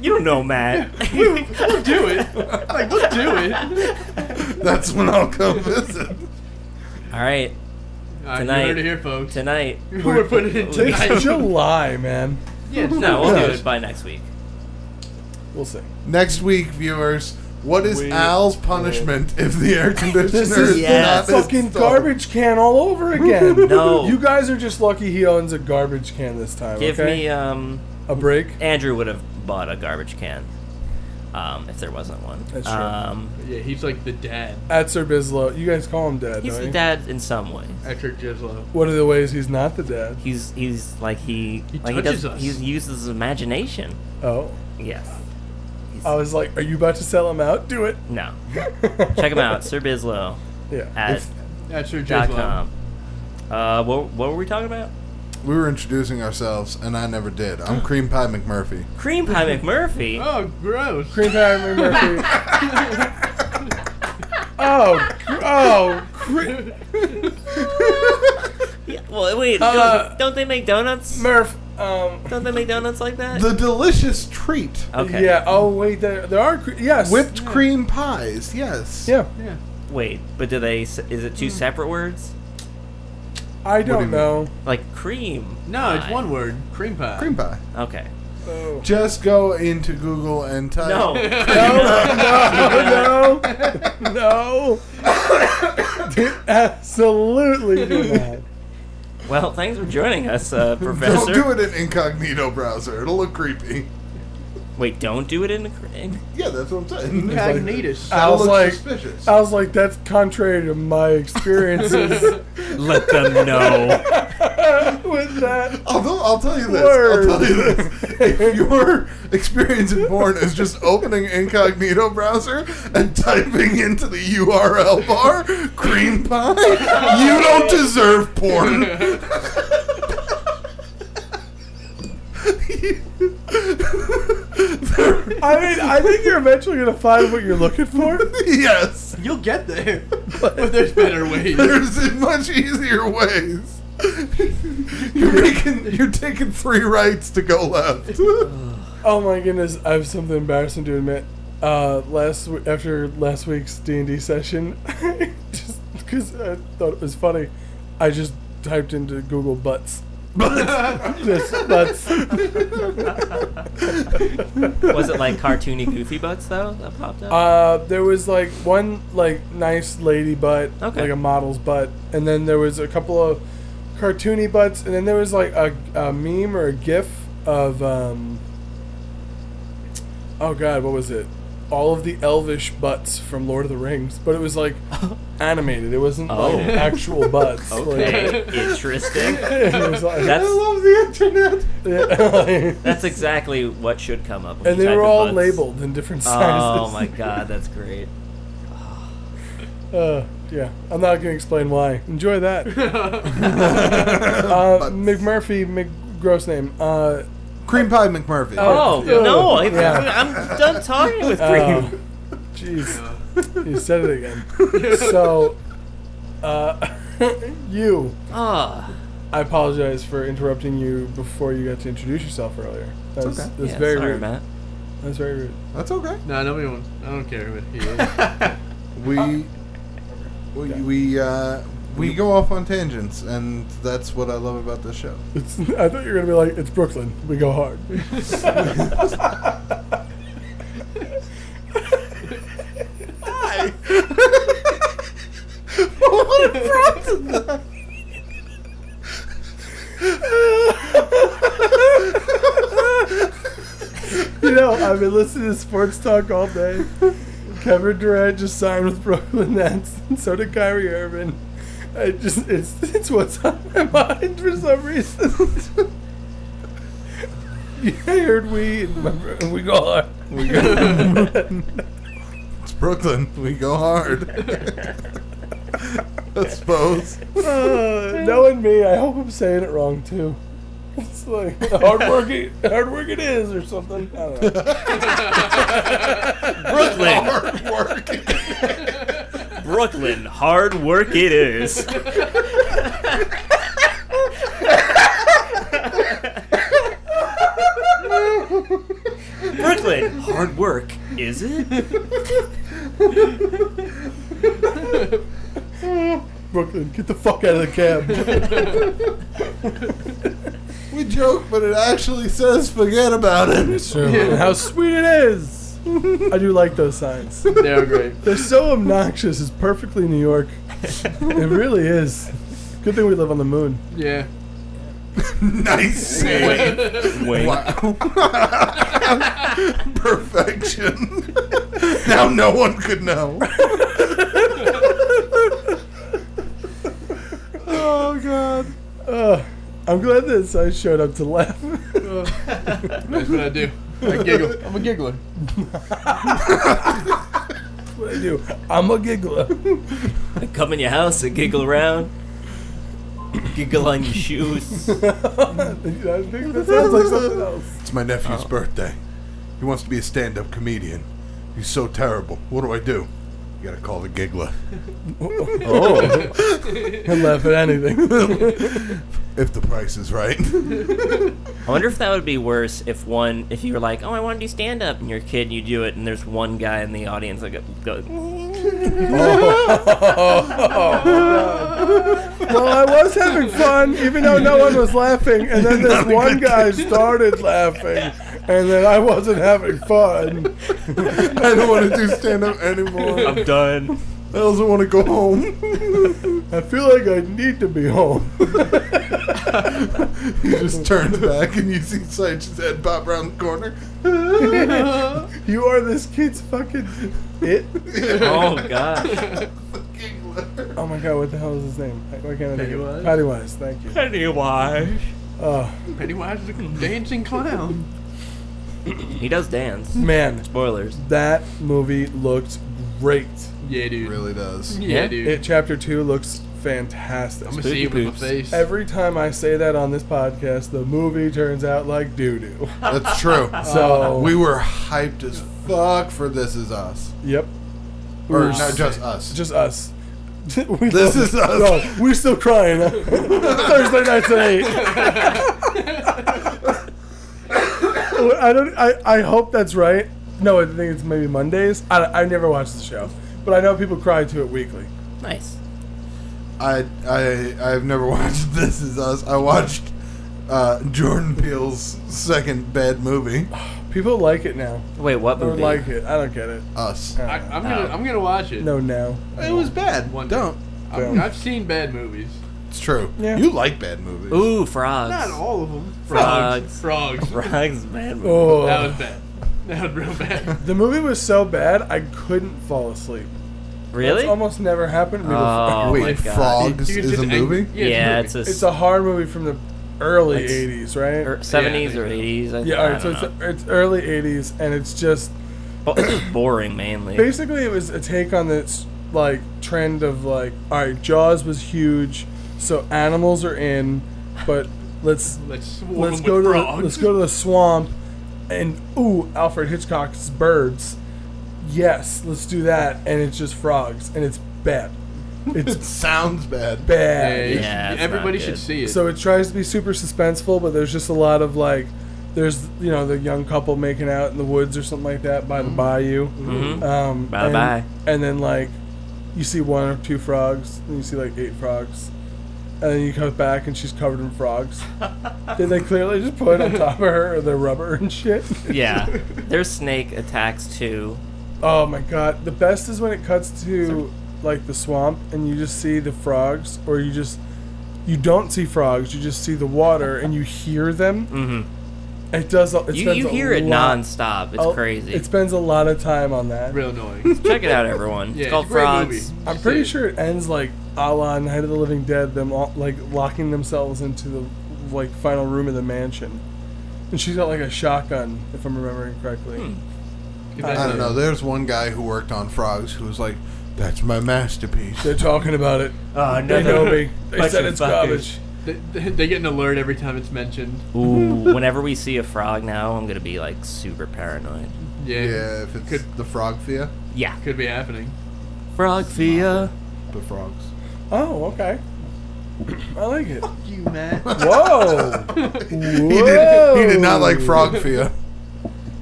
Speaker 4: You don't know, Matt.
Speaker 6: we'll do it. Like we'll do it.
Speaker 3: That's when I'll come visit.
Speaker 4: All right,
Speaker 6: Alright, you
Speaker 4: Tonight.
Speaker 6: heard it here, folks.
Speaker 4: tonight.
Speaker 6: We're putting it
Speaker 4: we-
Speaker 6: tonight.
Speaker 5: It's July, man.
Speaker 6: Yeah,
Speaker 4: No, we'll do
Speaker 3: Yes.
Speaker 4: it by next week.
Speaker 5: We'll see.
Speaker 3: Next week, viewers, what is Al's punishment if the air conditioner
Speaker 5: This
Speaker 3: is
Speaker 5: is
Speaker 4: Yes.
Speaker 3: not
Speaker 5: fucking
Speaker 3: installed?
Speaker 5: garbage can all over again.
Speaker 4: No.
Speaker 5: You guys are just lucky he owns a garbage can this time.
Speaker 4: Give
Speaker 5: okay?
Speaker 4: me um.
Speaker 5: a break.
Speaker 4: Andrew would have bought a garbage can, um, if there wasn't one.
Speaker 5: That's true.
Speaker 4: Um,
Speaker 6: Yeah, he's like the dad.
Speaker 5: At Sir Bislow, you guys call him dad.
Speaker 4: he's
Speaker 5: don't
Speaker 4: the
Speaker 5: you?
Speaker 4: dad in some way.
Speaker 6: Hector Gislo.
Speaker 5: What are the ways he's not the dad?
Speaker 4: He's he's like he
Speaker 6: He
Speaker 4: like he
Speaker 6: touches
Speaker 4: does
Speaker 6: us.
Speaker 4: he uses his imagination.
Speaker 5: Oh,
Speaker 4: Yes.
Speaker 5: I was like, are you about to sell him out? Do it.
Speaker 4: No. Check him out, Sir Bislow
Speaker 5: Yeah.
Speaker 4: at
Speaker 6: Hector
Speaker 4: dot
Speaker 6: Gislo.
Speaker 4: com. Uh, what what were we talking about?
Speaker 3: We were introducing ourselves, and I never did. I'm Cream Pie McMurphy.
Speaker 4: Cream Pie McMurphy.
Speaker 6: Oh, gross.
Speaker 5: Cream pie Murphy. oh, cr- oh, cre-
Speaker 4: Yeah, well, wait.
Speaker 5: Uh,
Speaker 4: don't, don't they make donuts?
Speaker 5: Murph. Um,
Speaker 4: don't they make donuts like that?
Speaker 3: uh, The delicious treat.
Speaker 4: okay.
Speaker 5: Yeah. Oh wait, there, there are cre- yes
Speaker 3: Whipped cream pies, yes.
Speaker 5: Yeah,
Speaker 6: yeah.
Speaker 4: Wait, but do they? s- Is it two
Speaker 5: Hmm.
Speaker 4: separate words?
Speaker 5: I
Speaker 3: do you
Speaker 5: don't
Speaker 3: mean?
Speaker 5: know.
Speaker 4: Like cream?
Speaker 6: No, it's
Speaker 4: pie.
Speaker 6: one word. Cream pie.
Speaker 3: Cream pie.
Speaker 4: Okay.
Speaker 5: Oh.
Speaker 3: Just go into Google and type.
Speaker 4: No.
Speaker 5: Uh, No, no, no, no. Absolutely do not.
Speaker 4: Well, thanks for joining us, uh,
Speaker 3: Don't
Speaker 4: Professor.
Speaker 3: do it in incognito browser. It'll look creepy.
Speaker 4: Wait, don't do it in the cream.
Speaker 3: Yeah, that's what I'm saying.
Speaker 6: Cognitus.
Speaker 5: I
Speaker 3: That'll
Speaker 5: was
Speaker 3: look
Speaker 5: like,
Speaker 3: suspicious.
Speaker 5: I was like, that's contrary to my experiences.
Speaker 4: Let them know.
Speaker 5: with that.
Speaker 3: I'll, I'll tell you this.
Speaker 5: Word.
Speaker 3: I'll tell you this. If your experience in porn is just opening incognito browser and typing into the URL bar cream pie, you don't deserve porn.
Speaker 5: I mean, I think you're eventually gonna find what you're looking for.
Speaker 3: yes,
Speaker 6: You'll get there, but there's better ways.
Speaker 3: there's much easier ways. You're making, you're taking three rights to go left.
Speaker 5: Oh my goodness, I have something embarrassing to admit. Uh, last w- after last week's D and D session, just because I thought it was funny, I just typed into Google butts. Just butts.
Speaker 4: Was it like cartoony goofy butts though that popped up?
Speaker 5: Uh, there was like one like nice lady butt,
Speaker 4: Okay.
Speaker 5: like a model's butt, and then there was a couple of cartoony butts, and then there was like a, a meme or a gif of um. Oh God, what was it? All of the elvish butts from Lord of the Rings, but it was like animated. It wasn't
Speaker 4: Oh.
Speaker 5: like actual butts.
Speaker 4: okay,
Speaker 5: Like,
Speaker 4: interesting.
Speaker 5: it was like-
Speaker 4: That's
Speaker 3: the internet.
Speaker 5: Yeah, like-
Speaker 4: that's exactly what should come up. When
Speaker 5: and
Speaker 4: you
Speaker 5: they
Speaker 4: type
Speaker 5: were
Speaker 4: in
Speaker 5: all
Speaker 4: butts.
Speaker 5: labeled in different sizes.
Speaker 4: Oh my god, that's great.
Speaker 5: Uh, yeah, I'm not gonna explain why. Enjoy that. Uh,
Speaker 4: Oh,
Speaker 3: uh,
Speaker 5: McMurphy, Mc, gross name. Uh,
Speaker 3: Cream pie McMurphy.
Speaker 4: Oh
Speaker 5: yeah.
Speaker 4: no, I,
Speaker 5: Yeah.
Speaker 4: I'm done talking with
Speaker 5: Oh.
Speaker 4: Green.
Speaker 5: jeez, you said it again. So, uh, you.
Speaker 4: Ah,
Speaker 5: I apologize for interrupting you before you got to introduce yourself earlier. That's
Speaker 3: okay.
Speaker 5: that's
Speaker 4: yeah,
Speaker 5: very
Speaker 4: sorry,
Speaker 5: rude.
Speaker 4: Matt.
Speaker 5: That's very rude.
Speaker 3: That's okay.
Speaker 6: No, nobody wants. I don't care what he is.
Speaker 3: We we we, uh, we go off on tangents, and that's what I love about this show.
Speaker 5: It's, I thought you were gonna be like, it's Brooklyn. We go hard.
Speaker 3: Hi. what a front that.
Speaker 5: you know, I've been listening to sports talk all day. Kevin Durant just signed with Brooklyn Nets, and so did Kyrie Irving. I just it's it's what's on my mind for some reason. you heard we and we go hard. We go
Speaker 3: It's Brooklyn. We go hard. I suppose.
Speaker 5: uh, knowing me, I hope I'm saying it wrong too. It's like hard work, it, hard work it is, or something. I don't know.
Speaker 4: Brooklyn,
Speaker 3: Hard working.
Speaker 4: Brooklyn, hard work it is. Brooklyn, hard work is it?
Speaker 5: Brooklyn, get the fuck out of the cab.
Speaker 3: We joke, but it actually says forget about it.
Speaker 5: And how sweet it is. I do like those signs.
Speaker 6: They're great.
Speaker 5: They're so obnoxious. It's perfectly New York. It really is. Good thing we live on the moon.
Speaker 6: Yeah.
Speaker 3: nice save.
Speaker 4: Wait,
Speaker 3: Wow. Perfection. now no one could know.
Speaker 5: Oh God. Uh, I'm glad that I showed up to laugh.
Speaker 6: That's what I do. I giggle. I'm a giggler.
Speaker 5: what I do? I'm a giggler.
Speaker 4: come in your house and giggle around. Giggle on your shoes.
Speaker 5: I think that sounds like something else.
Speaker 3: It's my nephew's birthday. He wants to be a stand up comedian. He's so terrible. What do I do? You gotta call the giggler.
Speaker 5: Oh. Can laugh at anything.
Speaker 3: If the price is right.
Speaker 4: I wonder if that would be worse if one, if you were like, oh, I want to do stand up, and you're a kid and you do it, and there's one guy in the audience that go, go
Speaker 5: well, I was having fun, even though no one was laughing, and then this one guy started laughing, and then I wasn't having fun.
Speaker 3: I don't want to do stand up anymore.
Speaker 4: I'm done.
Speaker 3: I also want to go home.
Speaker 5: I feel like I need to be home.
Speaker 3: He just turns back and you see Sage's head pop around the corner.
Speaker 5: you are this kid's fucking it.
Speaker 4: Oh, gosh.
Speaker 3: Giggler. killer.
Speaker 5: Oh my god, what the hell is his name? I- Why can't I think of
Speaker 2: Pennywise?
Speaker 5: it? Pennywise, thank you.
Speaker 4: Pennywise.
Speaker 5: Oh,
Speaker 2: Pennywise is a dancing clown.
Speaker 4: He does dance.
Speaker 5: man,
Speaker 4: Spoilers.
Speaker 5: that movie looked great.
Speaker 6: Yeah, dude.
Speaker 3: really does.
Speaker 6: Yeah,
Speaker 4: Yeah?
Speaker 6: dude.
Speaker 5: It chapter two looks fantastic.
Speaker 6: I'm gonna
Speaker 4: Spooky
Speaker 6: see it with my
Speaker 4: poops.
Speaker 6: face.
Speaker 5: Every time I say that on this podcast, the movie turns out like doo doo.
Speaker 3: That's true.
Speaker 5: So
Speaker 3: we were hyped as fuck for This Is Us.
Speaker 5: Yep,
Speaker 3: Or
Speaker 5: Ooh.
Speaker 3: not just us.
Speaker 5: just us. We
Speaker 3: This
Speaker 5: love-
Speaker 3: is us.
Speaker 5: No, we're still crying. Thursday nights at eight. Well, I don't. I, I hope that's right. No, I think it's maybe Mondays. I, I never watched the show, but I know people cry to it weekly.
Speaker 4: Nice.
Speaker 3: I I I've never watched This Is Us. I watched uh, Jordan Peele's second bad movie,
Speaker 5: People like it now
Speaker 4: Wait, what
Speaker 5: or
Speaker 4: movie?
Speaker 5: like it. I don't get it.
Speaker 3: Us.
Speaker 5: I
Speaker 6: I,
Speaker 5: don't
Speaker 6: I'm gonna,
Speaker 4: Oh.
Speaker 6: I'm gonna watch it.
Speaker 5: know. no now.
Speaker 3: It was bad.
Speaker 6: One day.
Speaker 3: Don't.
Speaker 6: I mean, I've seen bad movies.
Speaker 3: It's true.
Speaker 5: Yeah.
Speaker 3: You like bad movies.
Speaker 4: Ooh, frogs.
Speaker 6: Not all of them.
Speaker 4: Frogs.
Speaker 6: Frogs.
Speaker 4: Frogs, man.
Speaker 5: Oh,
Speaker 6: That was bad. That was real bad.
Speaker 5: the movie was so bad I couldn't fall asleep.
Speaker 4: really?
Speaker 5: It's almost never happened. to me
Speaker 4: Oh.
Speaker 5: before.
Speaker 4: my
Speaker 3: Wait,
Speaker 4: God.
Speaker 3: Frogs
Speaker 6: You could
Speaker 3: is
Speaker 6: just
Speaker 3: a
Speaker 6: ang-
Speaker 3: movie.
Speaker 6: Yeah,
Speaker 4: yeah,
Speaker 6: it's
Speaker 4: it's a,
Speaker 5: It's a horror movie from the early
Speaker 4: It's-
Speaker 5: '80s, right?
Speaker 4: or 70s
Speaker 6: Yeah,
Speaker 4: or 80s. I,
Speaker 5: Yeah,
Speaker 4: I
Speaker 5: all right, so
Speaker 4: don't
Speaker 5: it's,
Speaker 4: know.
Speaker 5: it's early 80s, and it's just
Speaker 4: Well, it's just boring mainly.
Speaker 5: basically it was a take on this like trend of like, all right, Jaws was huge, so animals are in, but let's
Speaker 6: Let's swarm
Speaker 5: let's
Speaker 6: them
Speaker 5: go
Speaker 6: with
Speaker 5: to
Speaker 6: frogs.
Speaker 5: the, let's go to the swamp, and ooh, Alfred Hitchcock's birds. Yes, let's do that, and it's just frogs, and it's bad.
Speaker 3: It
Speaker 5: It's
Speaker 3: sounds bad.
Speaker 5: bad.
Speaker 6: you should-
Speaker 4: Yeah, it's
Speaker 6: everybody
Speaker 4: not
Speaker 6: should
Speaker 4: good.
Speaker 6: see it.
Speaker 5: So it tries to be super suspenseful, but there's just a lot of like, there's you know the young couple making out in the woods or something like that by the bayou.
Speaker 4: Mhm.
Speaker 5: Um,
Speaker 4: Mm-hmm. By the
Speaker 5: and,
Speaker 4: bayou.
Speaker 5: And then like, you see one or two frogs, and you see like eight frogs, and then you come back and she's covered in frogs. Did they clearly just put on top of her or the rubber and shit?
Speaker 4: yeah. There's snake attacks too.
Speaker 5: Oh my god! The best is when it cuts to like the swamp and you just see the frogs, or you just you don't see frogs. You just see the water and you hear them.
Speaker 4: Mm-hmm.
Speaker 5: It does. a- It
Speaker 4: You,
Speaker 5: spends
Speaker 4: you
Speaker 5: a
Speaker 4: hear it
Speaker 5: lot- Oh,
Speaker 4: nonstop. It's
Speaker 5: a-
Speaker 4: crazy.
Speaker 5: It spends a lot of time on that.
Speaker 6: real annoying.
Speaker 4: Check it out, everyone.
Speaker 6: Yeah,
Speaker 4: it's called
Speaker 6: it's a great
Speaker 4: Frogs.
Speaker 6: movie.
Speaker 5: I'm pretty sure it ends like a la Night of the Living Dead, them all, like locking themselves into the like final room of the mansion, and she's got like a shotgun, if I'm remembering correctly.
Speaker 4: Hmm.
Speaker 3: I don't know. There's one guy who worked on Frogs who was like, "That's my masterpiece."
Speaker 5: They're talking about it.
Speaker 4: Oh,
Speaker 5: They know me. They said it's garbage.
Speaker 6: They, they get an alert every time it's mentioned.
Speaker 4: Ooh, whenever we see a frog now, I'm gonna be like super paranoid.
Speaker 6: Yeah,
Speaker 3: Yeah, if it's
Speaker 6: Could-
Speaker 3: the Frog Thea,
Speaker 4: Yeah.
Speaker 6: could be happening.
Speaker 4: Frog Fia.
Speaker 3: the frogs.
Speaker 5: Oh, okay. I like it.
Speaker 6: You Matt.
Speaker 5: Whoa!
Speaker 3: He did. He did not like Frog Thea.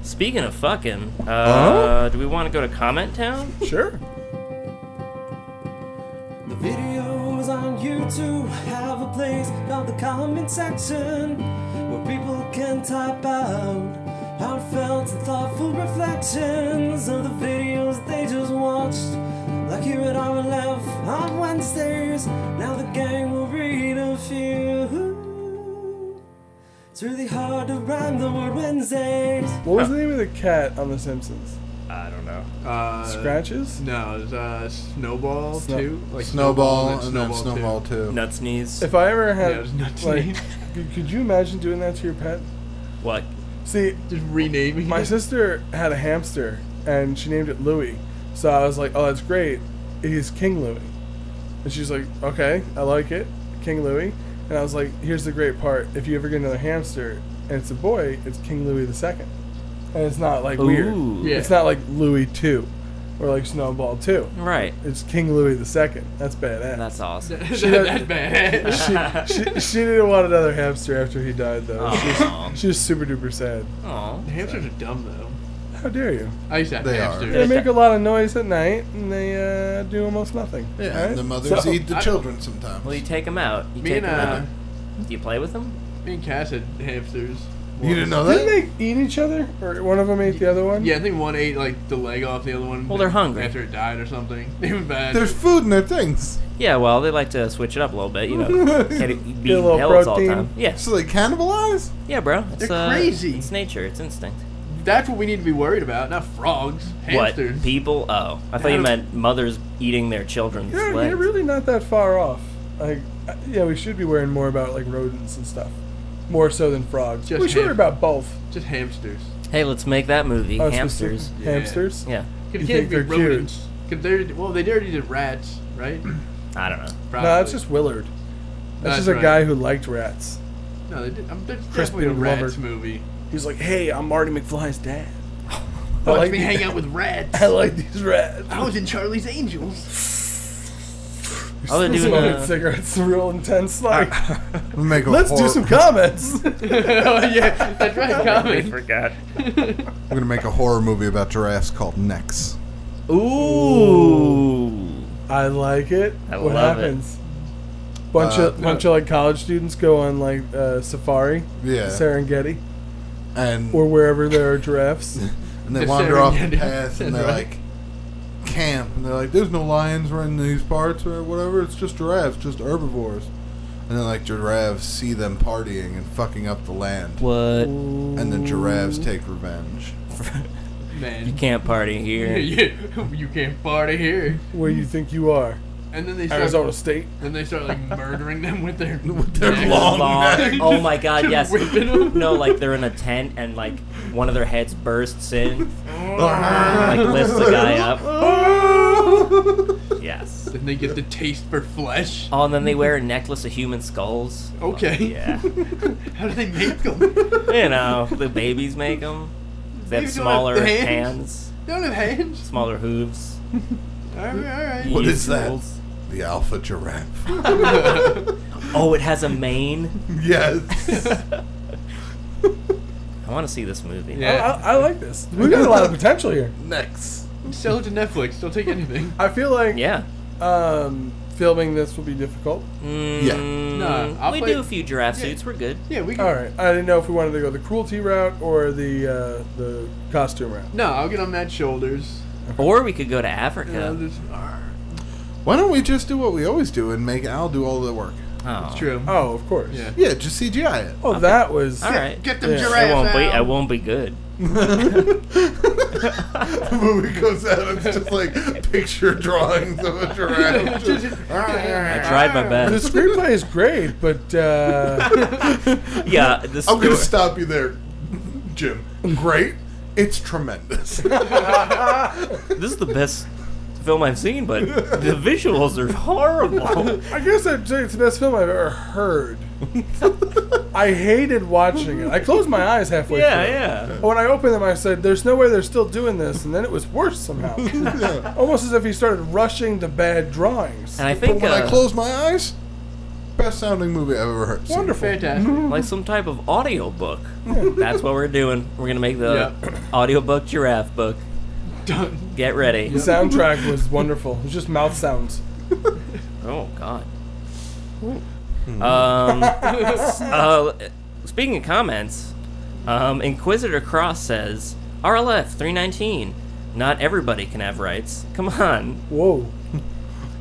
Speaker 4: Speaking of fucking, uh,
Speaker 3: Huh?
Speaker 4: do we want to go to Comment Town?
Speaker 5: Sure.
Speaker 1: The videos on YouTube have a place called the comment section where people can type out heartfelt and thoughtful reflections of the videos they just watched. Like here at RLF on Wednesdays, now the gang will read a few. It's really hard to rhyme the word Wednesdays.
Speaker 5: What was the name of the cat on The Simpsons?
Speaker 4: I don't know.
Speaker 6: Uh,
Speaker 5: Scratches?
Speaker 6: No, it's uh, Snowball
Speaker 5: Snow-
Speaker 6: too. Like
Speaker 3: Snowball
Speaker 6: and
Speaker 3: and then Snowball too.
Speaker 4: Nut sneeze.
Speaker 5: If I ever
Speaker 6: Yeah,
Speaker 5: had,
Speaker 6: it was nuts.
Speaker 5: like, could, could you imagine doing that to your pet?
Speaker 4: What?
Speaker 5: See,
Speaker 6: Just renaming
Speaker 5: my
Speaker 6: it.
Speaker 5: sister had a hamster, and she named it Louis. So I was like, "Oh, that's great. He's King Louis." And she's like, "Okay, I like it, King Louis." And I was like, "Here's the great part: if you ever get another hamster, and it's a boy, it's King Louis the Second, and it's not like weird.
Speaker 4: Ooh.
Speaker 6: Yeah.
Speaker 5: It's not like Louis Two, or like Snowball Two.
Speaker 4: Right.
Speaker 5: It's King Louis the Second. That's badass."
Speaker 4: That's awesome.
Speaker 5: had-
Speaker 6: That's bad.
Speaker 5: she, she, she didn't want another hamster after he died, though.
Speaker 4: Aw.
Speaker 5: She was super duper sad.
Speaker 4: Aw.
Speaker 6: Hamsters are dumb though.
Speaker 5: How dare you?
Speaker 6: I used to have
Speaker 3: They are.
Speaker 6: hamsters.
Speaker 5: They make a lot of noise at night, and they uh, do almost nothing.
Speaker 3: Yeah,
Speaker 5: Right?
Speaker 3: and the mothers
Speaker 5: So-
Speaker 3: eat the
Speaker 6: I-
Speaker 3: children sometimes.
Speaker 4: Well, you take him out. You
Speaker 6: Me
Speaker 4: take
Speaker 6: and,
Speaker 4: him
Speaker 6: uh,
Speaker 4: out. Do you play with him?
Speaker 6: Me and Cass had hamsters.
Speaker 3: You didn't know that?
Speaker 5: Didn't they eat each other, or one of them ate the other one?
Speaker 6: Yeah, I think one ate like the leg off the other one.
Speaker 4: Well, they're hungry.
Speaker 6: after it died or something. They were bad.
Speaker 3: There's food in their things.
Speaker 4: Yeah, well, they like to switch it up a little bit, you know. Can't eat- be
Speaker 5: Get a little
Speaker 4: pellets all the
Speaker 5: protein.
Speaker 4: time. Yeah,
Speaker 3: So they cannibalize?
Speaker 4: yeah, bro. It's,
Speaker 6: They're
Speaker 4: uh,
Speaker 6: crazy.
Speaker 4: It's nature. It's instinct.
Speaker 6: that's what we need to be worried about, not frogs,
Speaker 4: What
Speaker 6: hamsters.
Speaker 4: people? Oh, I thought you
Speaker 6: Adam-
Speaker 4: meant mothers eating their children's
Speaker 5: You're,
Speaker 4: legs.
Speaker 5: you're really not that far off. Like, uh, yeah, we should be worrying more about like rodents and stuff, more so than frogs.
Speaker 6: Just
Speaker 5: we should
Speaker 6: ham-
Speaker 5: worry about both.
Speaker 6: Just hamsters.
Speaker 4: Hey, let's make that movie,
Speaker 5: Oh,
Speaker 4: hamsters.
Speaker 5: specific-
Speaker 6: Yeah.
Speaker 5: Hamsters.
Speaker 4: Yeah,
Speaker 6: Cause
Speaker 5: You
Speaker 6: it can't
Speaker 5: think
Speaker 6: be
Speaker 5: they're cute?
Speaker 6: rodents. Cause they're well, they already did rats, right?
Speaker 4: I don't know.
Speaker 6: Probably.
Speaker 5: No, that's just Willard. That's
Speaker 6: That's
Speaker 5: just a
Speaker 6: right.
Speaker 5: guy who liked rats.
Speaker 6: no. They did, I'm, there's
Speaker 5: Crispin
Speaker 6: definitely a rats
Speaker 5: Glover.
Speaker 6: movie.
Speaker 5: He's like, hey, I'm Marty McFly's dad. I
Speaker 6: Watch
Speaker 5: like
Speaker 6: me
Speaker 5: the-
Speaker 6: hang out with rats.
Speaker 5: I like these rats.
Speaker 6: I was in Charlie's Angels.
Speaker 4: Oh, they're doing
Speaker 5: Smoking
Speaker 4: a-
Speaker 5: cigarettes, real intense. Like,
Speaker 3: Make a
Speaker 5: let's do
Speaker 3: hor-
Speaker 5: some comments.
Speaker 6: oh yeah, that's right.
Speaker 4: I
Speaker 6: Common.
Speaker 4: forgot.
Speaker 3: I'm gonna make a horror movie about giraffes called Necks.
Speaker 4: Ooh.
Speaker 5: I like it.
Speaker 4: I
Speaker 5: what
Speaker 4: love it.
Speaker 5: happens? Bunch
Speaker 3: Uh,
Speaker 5: of bunch of like college students go on like uh, safari,
Speaker 3: Yeah.
Speaker 5: Serengeti,
Speaker 3: And
Speaker 5: or wherever there are giraffes.
Speaker 3: and they
Speaker 6: The
Speaker 3: wander off the
Speaker 6: Serengeti.
Speaker 3: path and they're
Speaker 6: Right.
Speaker 3: like camp and they're like there's no lions or in these parts or whatever it's just giraffes just herbivores and then like giraffes see them partying and fucking up the land
Speaker 4: What?
Speaker 3: and the giraffes take revenge
Speaker 6: Man,
Speaker 4: You can't party
Speaker 6: Yeah,
Speaker 4: here.
Speaker 6: you, you can't party here.
Speaker 5: Where you think you are,
Speaker 6: And then they start,
Speaker 5: Arizona State?
Speaker 6: then they start like murdering them with their
Speaker 3: with their
Speaker 6: Yeah.
Speaker 3: long,
Speaker 4: Long-
Speaker 3: necks.
Speaker 4: Oh my god, yes.
Speaker 6: Whipping 'em.
Speaker 4: No, like they're in a tent and like one of their heads bursts in, like
Speaker 3: like
Speaker 4: lifts the guy up. Yes.
Speaker 6: Then they get the taste for flesh.
Speaker 4: Oh, and then they wear a necklace of human skulls.
Speaker 6: Okay.
Speaker 4: Yeah.
Speaker 6: How do they make them? they
Speaker 4: You know, the babies make them. They have
Speaker 6: You don't have
Speaker 4: smaller
Speaker 6: hands.
Speaker 4: hands,
Speaker 6: don't have hands.
Speaker 4: smaller hooves.
Speaker 6: All right, all
Speaker 3: What
Speaker 6: right.
Speaker 3: is that?
Speaker 4: Usuals.
Speaker 3: the alpha giraffe
Speaker 4: Oh, it has a mane.
Speaker 3: yes
Speaker 4: I want to see this movie.
Speaker 5: I,
Speaker 6: Yeah.
Speaker 5: I, I like this. We've got a lot of potential here.
Speaker 3: necks
Speaker 6: Sell it to Netflix. They'll take anything.
Speaker 5: I feel like
Speaker 4: Yeah.
Speaker 5: um, filming this will be difficult.
Speaker 3: Yeah.
Speaker 4: Mm,
Speaker 6: Nah, I'll
Speaker 4: we
Speaker 6: play-
Speaker 4: do a few giraffe
Speaker 6: Yeah.
Speaker 4: suits. We're good.
Speaker 6: Yeah, we can.
Speaker 5: All right, I didn't know if we wanted to go the cruelty route or the uh, the costume route.
Speaker 6: No, I'll get on Matt's shoulders.
Speaker 4: Or we could go to
Speaker 6: And I'll
Speaker 4: Africa.
Speaker 6: just, "Arr."
Speaker 3: why don't we just do what we always do and make Al do all the work
Speaker 4: Oh.
Speaker 6: It's true.
Speaker 5: Oh, of course.
Speaker 6: Yeah.
Speaker 3: yeah just CGI it
Speaker 5: Oh, that was.
Speaker 4: All right.
Speaker 6: Get them
Speaker 5: Yeah.
Speaker 6: giraffes
Speaker 4: I won't be.
Speaker 6: out.
Speaker 4: I won't be good.
Speaker 3: the movie goes out and it's just like picture drawings of a giraffe. Just-
Speaker 4: I tried my
Speaker 5: The
Speaker 4: best.
Speaker 5: screenplay is great, but uh,
Speaker 4: Yeah, this
Speaker 3: I'm gonna stop you there, Jim. Great. It's tremendous.
Speaker 4: this is the best film I've seen, but the visuals are horrible.
Speaker 5: I guess I'd say it's the best film I've ever heard. I hated watching it. I closed my eyes halfway
Speaker 4: Yeah,
Speaker 5: through.
Speaker 4: yeah.
Speaker 5: When I opened them, I said, "There's no way they're still doing this," and then it was worse somehow. Almost as if he started rushing the bad drawings.
Speaker 4: And I
Speaker 3: but
Speaker 4: think
Speaker 3: when I
Speaker 4: uh,
Speaker 3: close my eyes, best sounding movie I've ever heard. seen.
Speaker 5: Wonderful.
Speaker 6: Fantastic.
Speaker 4: like some type of audiobook. That's what we're doing. We're gonna make the audiobook giraffe book.
Speaker 6: Done.
Speaker 4: Get ready.
Speaker 5: The soundtrack was wonderful. It was just mouth sounds.
Speaker 4: Oh God.
Speaker 3: Hmm.
Speaker 4: Um, uh, speaking of comments, um, Inquisitor Cross says RLF 319. Not everybody can have rights. Come on.
Speaker 5: Whoa.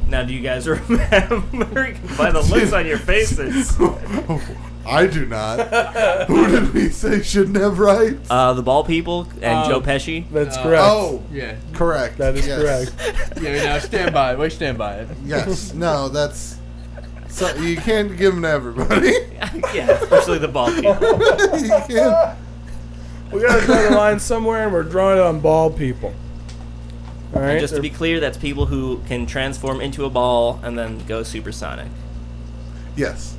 Speaker 4: Now, do you guys remember by the looks on your faces?
Speaker 3: I do not. Who did we say shouldn't have rights?
Speaker 4: Uh, the Ball People and
Speaker 6: Uh,
Speaker 4: Joe Pesci.
Speaker 5: That's
Speaker 6: Uh,
Speaker 5: correct.
Speaker 3: oh,
Speaker 6: Yeah.
Speaker 3: correct.
Speaker 5: That is
Speaker 3: yes.
Speaker 5: correct.
Speaker 6: Yeah. Now stand by. Wait, stand by it.
Speaker 3: Yes. No, that's. So you can't give them to everybody.
Speaker 4: yeah, especially the Ball People.
Speaker 3: you can't.
Speaker 5: We gotta draw the line somewhere, and we're drawing it on bald people. All right.
Speaker 4: Just to be clear, that's people who can transform into a ball and then go supersonic.
Speaker 3: Yes.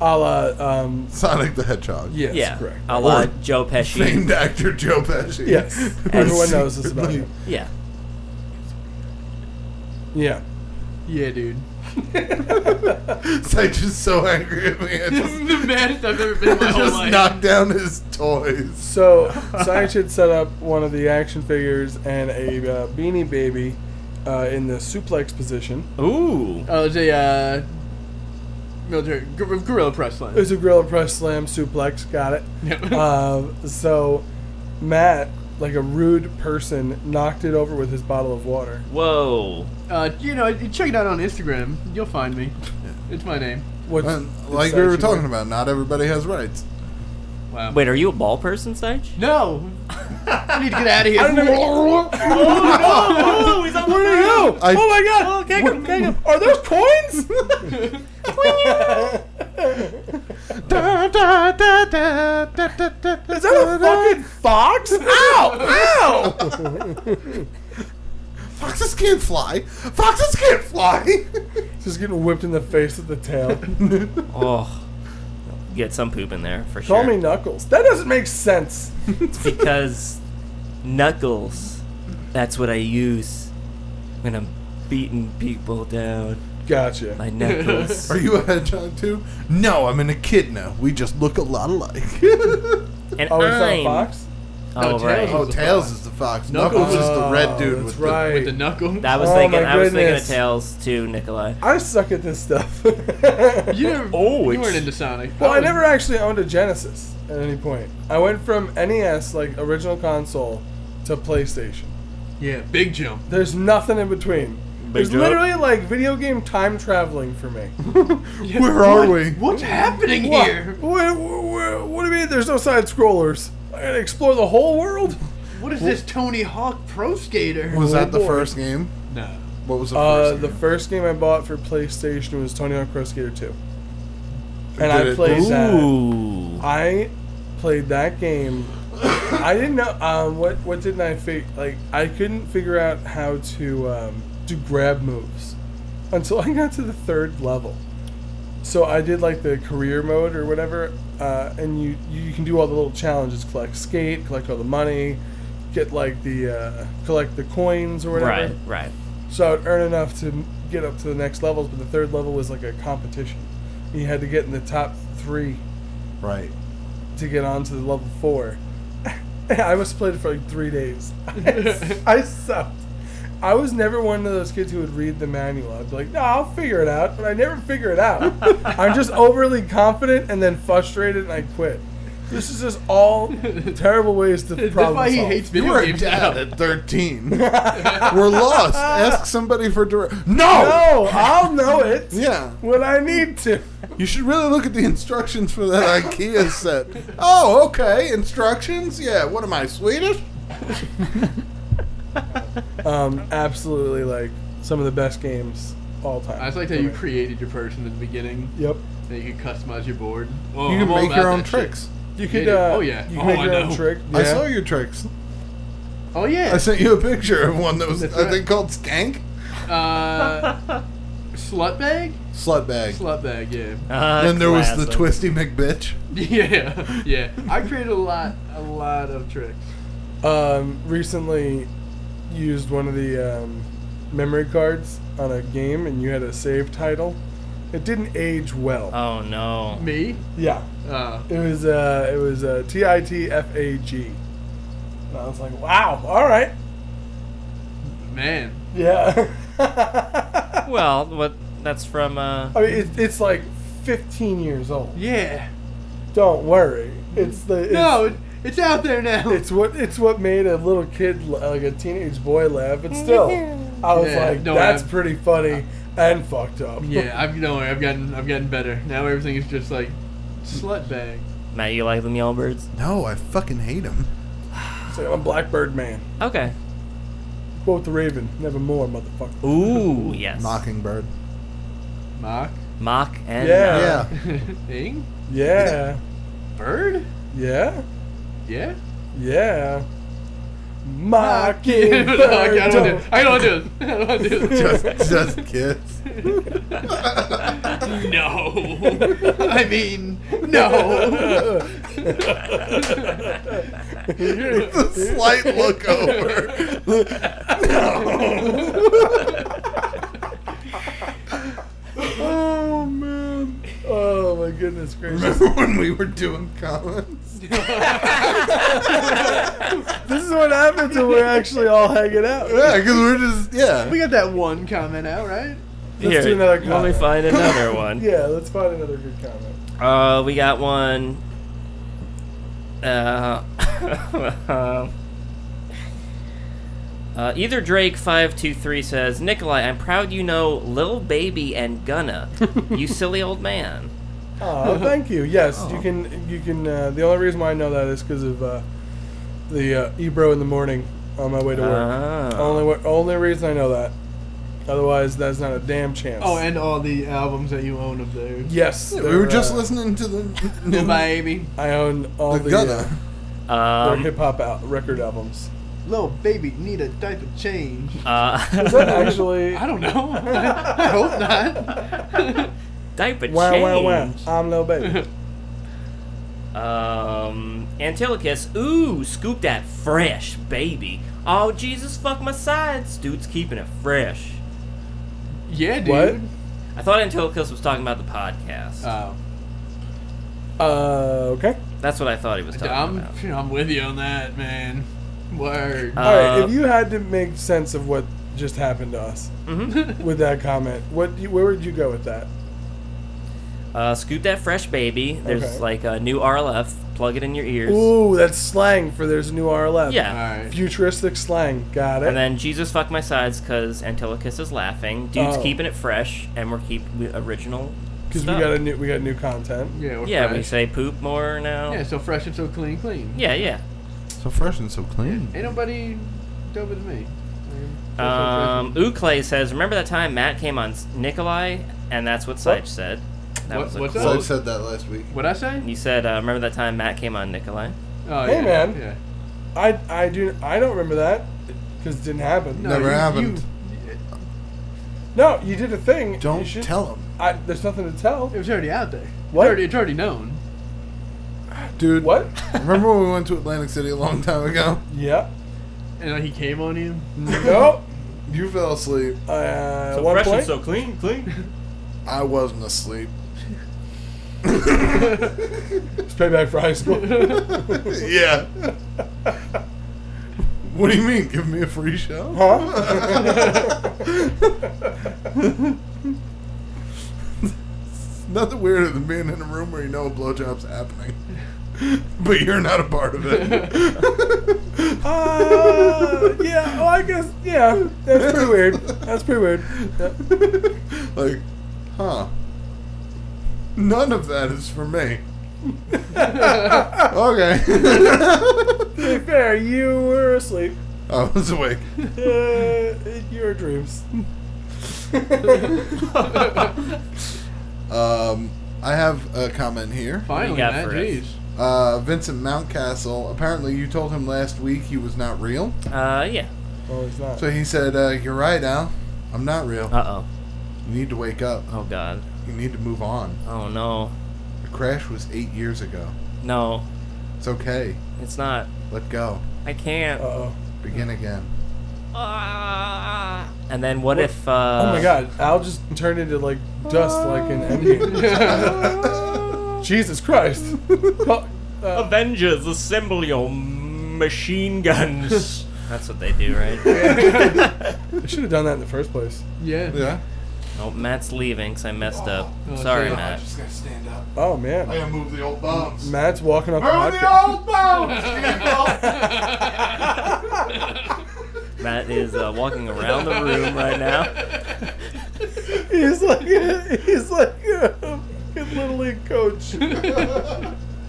Speaker 5: a la um,
Speaker 3: Sonic the Hedgehog.
Speaker 5: Yes,
Speaker 4: yeah,
Speaker 5: correct.
Speaker 4: a la
Speaker 3: Or
Speaker 4: Joe Pesci.
Speaker 3: Famed actor Joe Pesci.
Speaker 5: Yes, everyone knows this about him.
Speaker 4: Yeah.
Speaker 5: Yeah,
Speaker 6: Yeah, dude.
Speaker 3: Sage is so angry at me. I
Speaker 6: This
Speaker 3: just,
Speaker 6: is the maddest I've ever been in Oh my
Speaker 3: I
Speaker 6: whole
Speaker 3: just
Speaker 6: life.
Speaker 3: knocked down his toys.
Speaker 5: so Science had set up one of the action figures and a uh, beanie baby uh, in the suplex position.
Speaker 4: Ooh.
Speaker 6: Oh, it's a uh, military gor- gorilla press line.
Speaker 5: It's a gorilla press slam suplex. Got it.
Speaker 6: Yep.
Speaker 5: Um so Matt, like a rude person, knocked it over with his bottle of water.
Speaker 4: Whoa.
Speaker 6: Uh, you know, you check it out on Instagram. You'll find me. It's my name.
Speaker 5: What?
Speaker 3: And like we were talking about, not everybody has rights.
Speaker 2: Wow.
Speaker 4: Wait, are you a ball person, Sage?
Speaker 6: No. I need to get out of here.
Speaker 4: Oh, he's on the
Speaker 5: Where'd he go?
Speaker 3: I-
Speaker 5: oh my god!
Speaker 4: Oh, kick him, kick him.
Speaker 5: Are those coins? Is that a fucking fox? Ow! Ow!
Speaker 3: Foxes can't fly. Foxes can't fly.
Speaker 5: Just getting whipped in the face with the tail.
Speaker 4: Oh, get some poop in there for
Speaker 5: Call
Speaker 4: sure.
Speaker 5: me Knuckles. That doesn't make sense.
Speaker 4: because knuckles. That's what I use when I'm beating people down.
Speaker 5: Gotcha.
Speaker 4: My knuckles.
Speaker 3: Are you a hedgehog too? No, I'm an echidna. We just look a lot alike.
Speaker 4: and
Speaker 5: oh, it's not a
Speaker 4: I'm
Speaker 5: fox?
Speaker 4: Oh,
Speaker 6: No,
Speaker 4: right.
Speaker 6: Tails.
Speaker 3: oh, Tails is the fox.
Speaker 6: Knuckles
Speaker 3: Knuckles is the
Speaker 5: Oh,
Speaker 3: red dude
Speaker 5: that's
Speaker 3: with
Speaker 5: right.
Speaker 6: With the knuckle.
Speaker 4: I was
Speaker 5: Oh,
Speaker 4: thinking.
Speaker 5: my
Speaker 4: I was thinking of
Speaker 5: goodness.
Speaker 4: tails too, Nikolai.
Speaker 5: I suck at this stuff.
Speaker 6: You never,
Speaker 4: Oh,
Speaker 6: you
Speaker 4: it's-
Speaker 6: weren't into Sonic. Oh,
Speaker 5: Well, I
Speaker 6: was-
Speaker 5: never actually owned a Genesis at any point. I went from NES, like original console, to PlayStation.
Speaker 6: Yeah, big jump.
Speaker 5: There's nothing in between. There's
Speaker 4: joke.
Speaker 5: literally like video game time traveling for me.
Speaker 3: the. Where are we?
Speaker 6: What's happening
Speaker 5: What?
Speaker 6: here?
Speaker 5: What, what, what do you mean? There's no side scrollers. I gotta explore the whole world.
Speaker 6: What is this Tony Hawk Pro Skater?
Speaker 3: Was that the
Speaker 5: boy.
Speaker 3: first game?
Speaker 6: no.
Speaker 3: What was the
Speaker 5: Uh,
Speaker 3: first?
Speaker 5: the
Speaker 3: game?
Speaker 5: first game I bought for PlayStation was Tony Hawk Pro Skater 2,
Speaker 3: Did
Speaker 5: and I
Speaker 3: it-
Speaker 5: played that.
Speaker 4: Ooh.
Speaker 5: I played that game. I didn't know um, what what didn't I fi- like. I couldn't figure out how to um, do grab moves until I got to the third level. So I did like the career mode or whatever, uh, and you you can do all the little challenges: collect skate, collect all the money, get like the uh, collect the coins or whatever.
Speaker 4: Right. Right.
Speaker 5: So I would earn enough to get up to the next levels, but the third level was like a competition. You had to get in the top three
Speaker 3: right.
Speaker 5: to get onto the level four. I must have played it for like three days. I sucked. I was never one of those kids who would read the manual. I'd be like, no, I'll figure it out, but I never figure it out. I'm just overly confident and then frustrated and I quit. This is just all terrible ways to problem
Speaker 6: That's why he
Speaker 5: solve.
Speaker 6: hates
Speaker 3: You
Speaker 6: video
Speaker 3: were a
Speaker 6: games.
Speaker 3: dad
Speaker 6: now.
Speaker 3: at 13. we're lost. Ask somebody for direct. No!
Speaker 5: No, I'll know it
Speaker 3: Yeah.
Speaker 5: when I need to.
Speaker 3: You should really look at the instructions for that IKEA set. Oh, okay. Instructions? Yeah. What am I, Swedish?
Speaker 5: um, absolutely like some of the best games all time.
Speaker 6: I just liked how you created your person at the beginning.
Speaker 5: Yep.
Speaker 6: Then you could customize your board. Whoa,
Speaker 3: You
Speaker 6: I'm
Speaker 3: can
Speaker 6: all
Speaker 3: make
Speaker 6: about
Speaker 3: your
Speaker 6: that
Speaker 3: own
Speaker 6: shit.
Speaker 3: tricks.
Speaker 5: You
Speaker 6: Yeah,
Speaker 5: could.
Speaker 6: dude.
Speaker 5: Uh,
Speaker 6: Oh, yeah.
Speaker 5: You
Speaker 6: Oh,
Speaker 5: could make
Speaker 6: I
Speaker 5: your own
Speaker 6: know.
Speaker 5: trick.
Speaker 3: I
Speaker 5: yeah.
Speaker 3: saw your tricks.
Speaker 6: Oh yeah.
Speaker 3: I sent you a picture of one that was,
Speaker 6: That's
Speaker 3: I
Speaker 6: right.
Speaker 3: think, called Skank?
Speaker 6: Uh, slut bag.
Speaker 3: Slut bag.
Speaker 6: Slut bag. Yeah.
Speaker 4: Uh,
Speaker 3: Then there was the
Speaker 4: classic.
Speaker 3: Twisty McBitch.
Speaker 6: Yeah. Yeah. I created a lot, a lot of tricks.
Speaker 5: Um, recently used one of the um, memory cards on a game, and you had a save title. It didn't age well.
Speaker 4: Oh no.
Speaker 6: Me.
Speaker 5: yeah.
Speaker 6: Uh,
Speaker 5: It was. Uh, it was uh, T I T F A G. And I was like, wow. All right.
Speaker 6: man.
Speaker 5: Yeah.
Speaker 4: Well, what? That's from. Uh,
Speaker 5: I mean, it, it's like 15 years old.
Speaker 6: Yeah.
Speaker 5: Don't worry. It's the it's,
Speaker 6: No, it, it's out there now.
Speaker 5: It's what it's what made a little kid la- like a teenage boy laugh, but still, I was
Speaker 6: Yeah,
Speaker 5: like,
Speaker 6: no,
Speaker 5: that's
Speaker 6: I'm-
Speaker 5: pretty funny and fucked up.
Speaker 6: yeah. I've no. I've gotten. I've gotten better. Now everything is just like slut bag.
Speaker 4: Matt, you like them Yellowbirds?
Speaker 3: No, I fucking hate him.
Speaker 5: So I'm a blackbird man.
Speaker 4: Okay.
Speaker 5: Quote the Raven, nevermore, motherfucker.
Speaker 4: Ooh, yes.
Speaker 3: Mockingbird.
Speaker 6: Mock.
Speaker 4: Mock and
Speaker 5: Yeah.
Speaker 4: knock.
Speaker 3: Yeah.
Speaker 6: Thing.
Speaker 5: Yeah,
Speaker 6: Bird.
Speaker 5: yeah,
Speaker 6: Yeah.
Speaker 5: yeah.
Speaker 6: I
Speaker 5: Mockingbird.
Speaker 6: don't wanna do
Speaker 5: don't-
Speaker 6: it. I don't want to do it. I don't want to do it.
Speaker 3: just, just kids.
Speaker 6: No. I mean, no.
Speaker 3: the slight look over.
Speaker 5: oh man. Oh my goodness gracious.
Speaker 3: Remember when we were doing comments?
Speaker 5: this is what happens when we're actually all hanging out.
Speaker 3: Yeah, because we're just yeah.
Speaker 6: We got that one comment out, right?
Speaker 5: Let's
Speaker 4: Here,
Speaker 5: do another
Speaker 4: Let me
Speaker 5: comment.
Speaker 4: find another one.
Speaker 5: Yeah, let's find another good comment.
Speaker 4: Uh, we got one. Uh, uh, either Drake five two three says Nikolai, I'm proud you know Lil Baby and Gunna. you silly old man.
Speaker 5: Oh, thank you. Yes, you
Speaker 4: Oh.
Speaker 5: can. You can. Uh, the only reason why I know that is because of uh, the uh, Ebro in the morning on my way to work.
Speaker 4: Ah.
Speaker 5: Only wa- only reason I know that. Otherwise, that's not a damn chance.
Speaker 6: Oh, and all the albums that you own of theirs.
Speaker 5: yes,
Speaker 3: we were
Speaker 5: they're,
Speaker 3: just
Speaker 5: uh,
Speaker 3: listening to the
Speaker 6: The baby.
Speaker 5: I own all
Speaker 3: the
Speaker 5: the,
Speaker 3: Gunna.
Speaker 5: uh, their
Speaker 4: Um,
Speaker 5: hip hop al- record albums.
Speaker 6: Little baby need a diaper change.
Speaker 5: Is that
Speaker 4: uh,
Speaker 5: actually?
Speaker 6: I don't know. I hope not.
Speaker 4: diaper
Speaker 5: Wow, wow, wow!
Speaker 4: change.
Speaker 5: I'm no baby.
Speaker 4: Um, Antilochus, ooh, scoop that fresh, baby. Oh, Jesus, fuck my sides. Dude's keeping it fresh.
Speaker 6: yeah, dude.
Speaker 5: What?
Speaker 4: I thought Antilochus was talking about the podcast.
Speaker 6: Oh.
Speaker 5: Uh, okay.
Speaker 4: That's what I thought he was talking
Speaker 6: I'm,
Speaker 4: about.
Speaker 6: I'm with you on that, man. Word.
Speaker 4: Uh,
Speaker 5: All right. If
Speaker 4: Um,
Speaker 5: you had to make sense of what just happened to us
Speaker 4: Mm-hmm.
Speaker 5: with that comment, what do you, where would you go with that?
Speaker 4: Uh, scoop that fresh, baby. There's
Speaker 5: Okay.
Speaker 4: like a new RLF. Plug it in your ears.
Speaker 5: Ooh, that's slang for there's a new RLF.
Speaker 4: Yeah.
Speaker 6: Alright.
Speaker 5: Futuristic slang. Got it.
Speaker 4: And then Jesus fuck my sides because Antilochus is laughing. Dude's
Speaker 5: Oh.
Speaker 4: keeping it fresh, and we're keep we- original.
Speaker 5: Because we
Speaker 4: stuff.
Speaker 5: got a new we got new content.
Speaker 6: Yeah, we're
Speaker 4: yeah, we
Speaker 6: fresh.
Speaker 4: say poop more now.
Speaker 6: Yeah, so fresh and so clean, clean.
Speaker 4: yeah, yeah.
Speaker 3: So fresh and so clean.
Speaker 6: Ain't nobody doper than me.
Speaker 4: Um, Ooh Clay says, "Remember that time Matt came on S- Nikolai, and that's what Sage said. That
Speaker 6: What-
Speaker 4: was a
Speaker 6: what's
Speaker 3: So I
Speaker 4: quote.
Speaker 6: that?
Speaker 3: said that last week.
Speaker 6: what I say?
Speaker 4: He said, uh, "Remember that time Matt came on Nikolai."
Speaker 6: Oh,
Speaker 5: Hey,
Speaker 6: yeah,
Speaker 5: man.
Speaker 6: Yeah.
Speaker 5: I I do I don't remember that because it didn't happen.
Speaker 3: No. Never happened.
Speaker 5: No, you did a thing. You
Speaker 3: Don't
Speaker 5: should-
Speaker 3: tell him,
Speaker 5: I, there's nothing to tell.
Speaker 6: it was already out there.
Speaker 5: What?
Speaker 6: It's already, it's already known.
Speaker 3: dude.
Speaker 5: What?
Speaker 3: Remember when we went to Atlantic City a long time ago?
Speaker 5: yeah.
Speaker 6: And like, he came on you.
Speaker 4: Mm.
Speaker 5: Nope.
Speaker 3: You fell asleep.
Speaker 5: Uh, at one point.
Speaker 4: clean, clean.
Speaker 3: I wasn't asleep.
Speaker 5: It's payback for high school.
Speaker 3: yeah. What do you mean? Give me a free show?
Speaker 5: Huh?
Speaker 3: Nothing weirder than being in a room where you know a blowjob's happening, but you're not a part of it.
Speaker 5: uh, yeah. Well, I guess. Yeah. That's pretty weird. That's pretty weird. Yep.
Speaker 3: like, huh? None of that is for me. okay.
Speaker 5: To be fair, you were asleep.
Speaker 3: I was awake.
Speaker 5: Uh, in your dreams. Oh,
Speaker 3: Um, I have a comment here.
Speaker 6: Finally,
Speaker 4: got
Speaker 6: Matt.
Speaker 4: for us?
Speaker 6: Jeez.
Speaker 3: Uh, Vincent Mountcastle. Apparently, you told him last week he was not real.
Speaker 4: Uh, yeah.
Speaker 5: well, it's not.
Speaker 3: So he said, uh, "You're right, Al. I'm not real.
Speaker 4: Uh oh.
Speaker 3: You need to wake up.
Speaker 4: Oh god.
Speaker 3: You need to move on.
Speaker 4: Oh no.
Speaker 3: The crash was eight years ago.
Speaker 4: No,
Speaker 3: It's okay.
Speaker 4: it's not.
Speaker 3: Let go.
Speaker 4: I can't.
Speaker 5: Uh-oh.
Speaker 3: Begin again.
Speaker 4: Ah. And then what,
Speaker 5: What-
Speaker 4: if? Uh,
Speaker 5: oh my god, Al just turned into like dust like an Endgame. Jesus Christ. Oh, uh,
Speaker 4: Avengers, assemble your machine guns. That's what they do, right?
Speaker 5: I should have done that in the first place.
Speaker 6: Yeah.
Speaker 3: Yeah.
Speaker 4: Oh, Matt's leaving because I messed up.
Speaker 6: Oh,
Speaker 4: Sorry,
Speaker 6: dude.
Speaker 4: Matt.
Speaker 3: gotta stand up.
Speaker 5: Oh man.
Speaker 3: gotta move the old bones.
Speaker 5: Matt's walking off the podcast.
Speaker 3: bones, people.
Speaker 4: Matt is uh, walking around the room right now.
Speaker 5: He's like a, he's like a, fucking little league coach.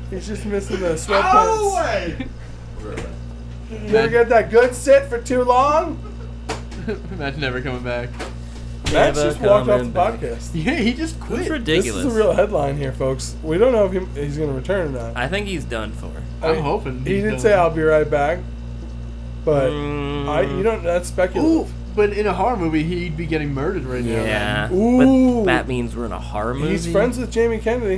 Speaker 5: he's just missing the sweatpants. You ever get that good sit for too long?
Speaker 6: Matt's never coming back.
Speaker 5: Matt's
Speaker 4: Never
Speaker 5: just walked off the
Speaker 4: coming back.
Speaker 5: podcast.
Speaker 6: Yeah, he just
Speaker 4: It's
Speaker 6: quit.
Speaker 4: ridiculous.
Speaker 5: This is a real headline here, folks. We don't know if he, he's going to return or not.
Speaker 4: I think he's done for.
Speaker 6: I'm hoping.
Speaker 5: He
Speaker 6: he's
Speaker 5: didn't
Speaker 6: done.
Speaker 5: say I'll be right back, but I you
Speaker 4: Mm,
Speaker 5: don't. That's
Speaker 6: Ooh,
Speaker 5: speculative.
Speaker 6: but in a horror movie, he'd be getting murdered right now.
Speaker 4: Yeah.
Speaker 5: Ooh.
Speaker 4: But that means we're in a horror movie.
Speaker 5: He's friends with Jamie Kennedy.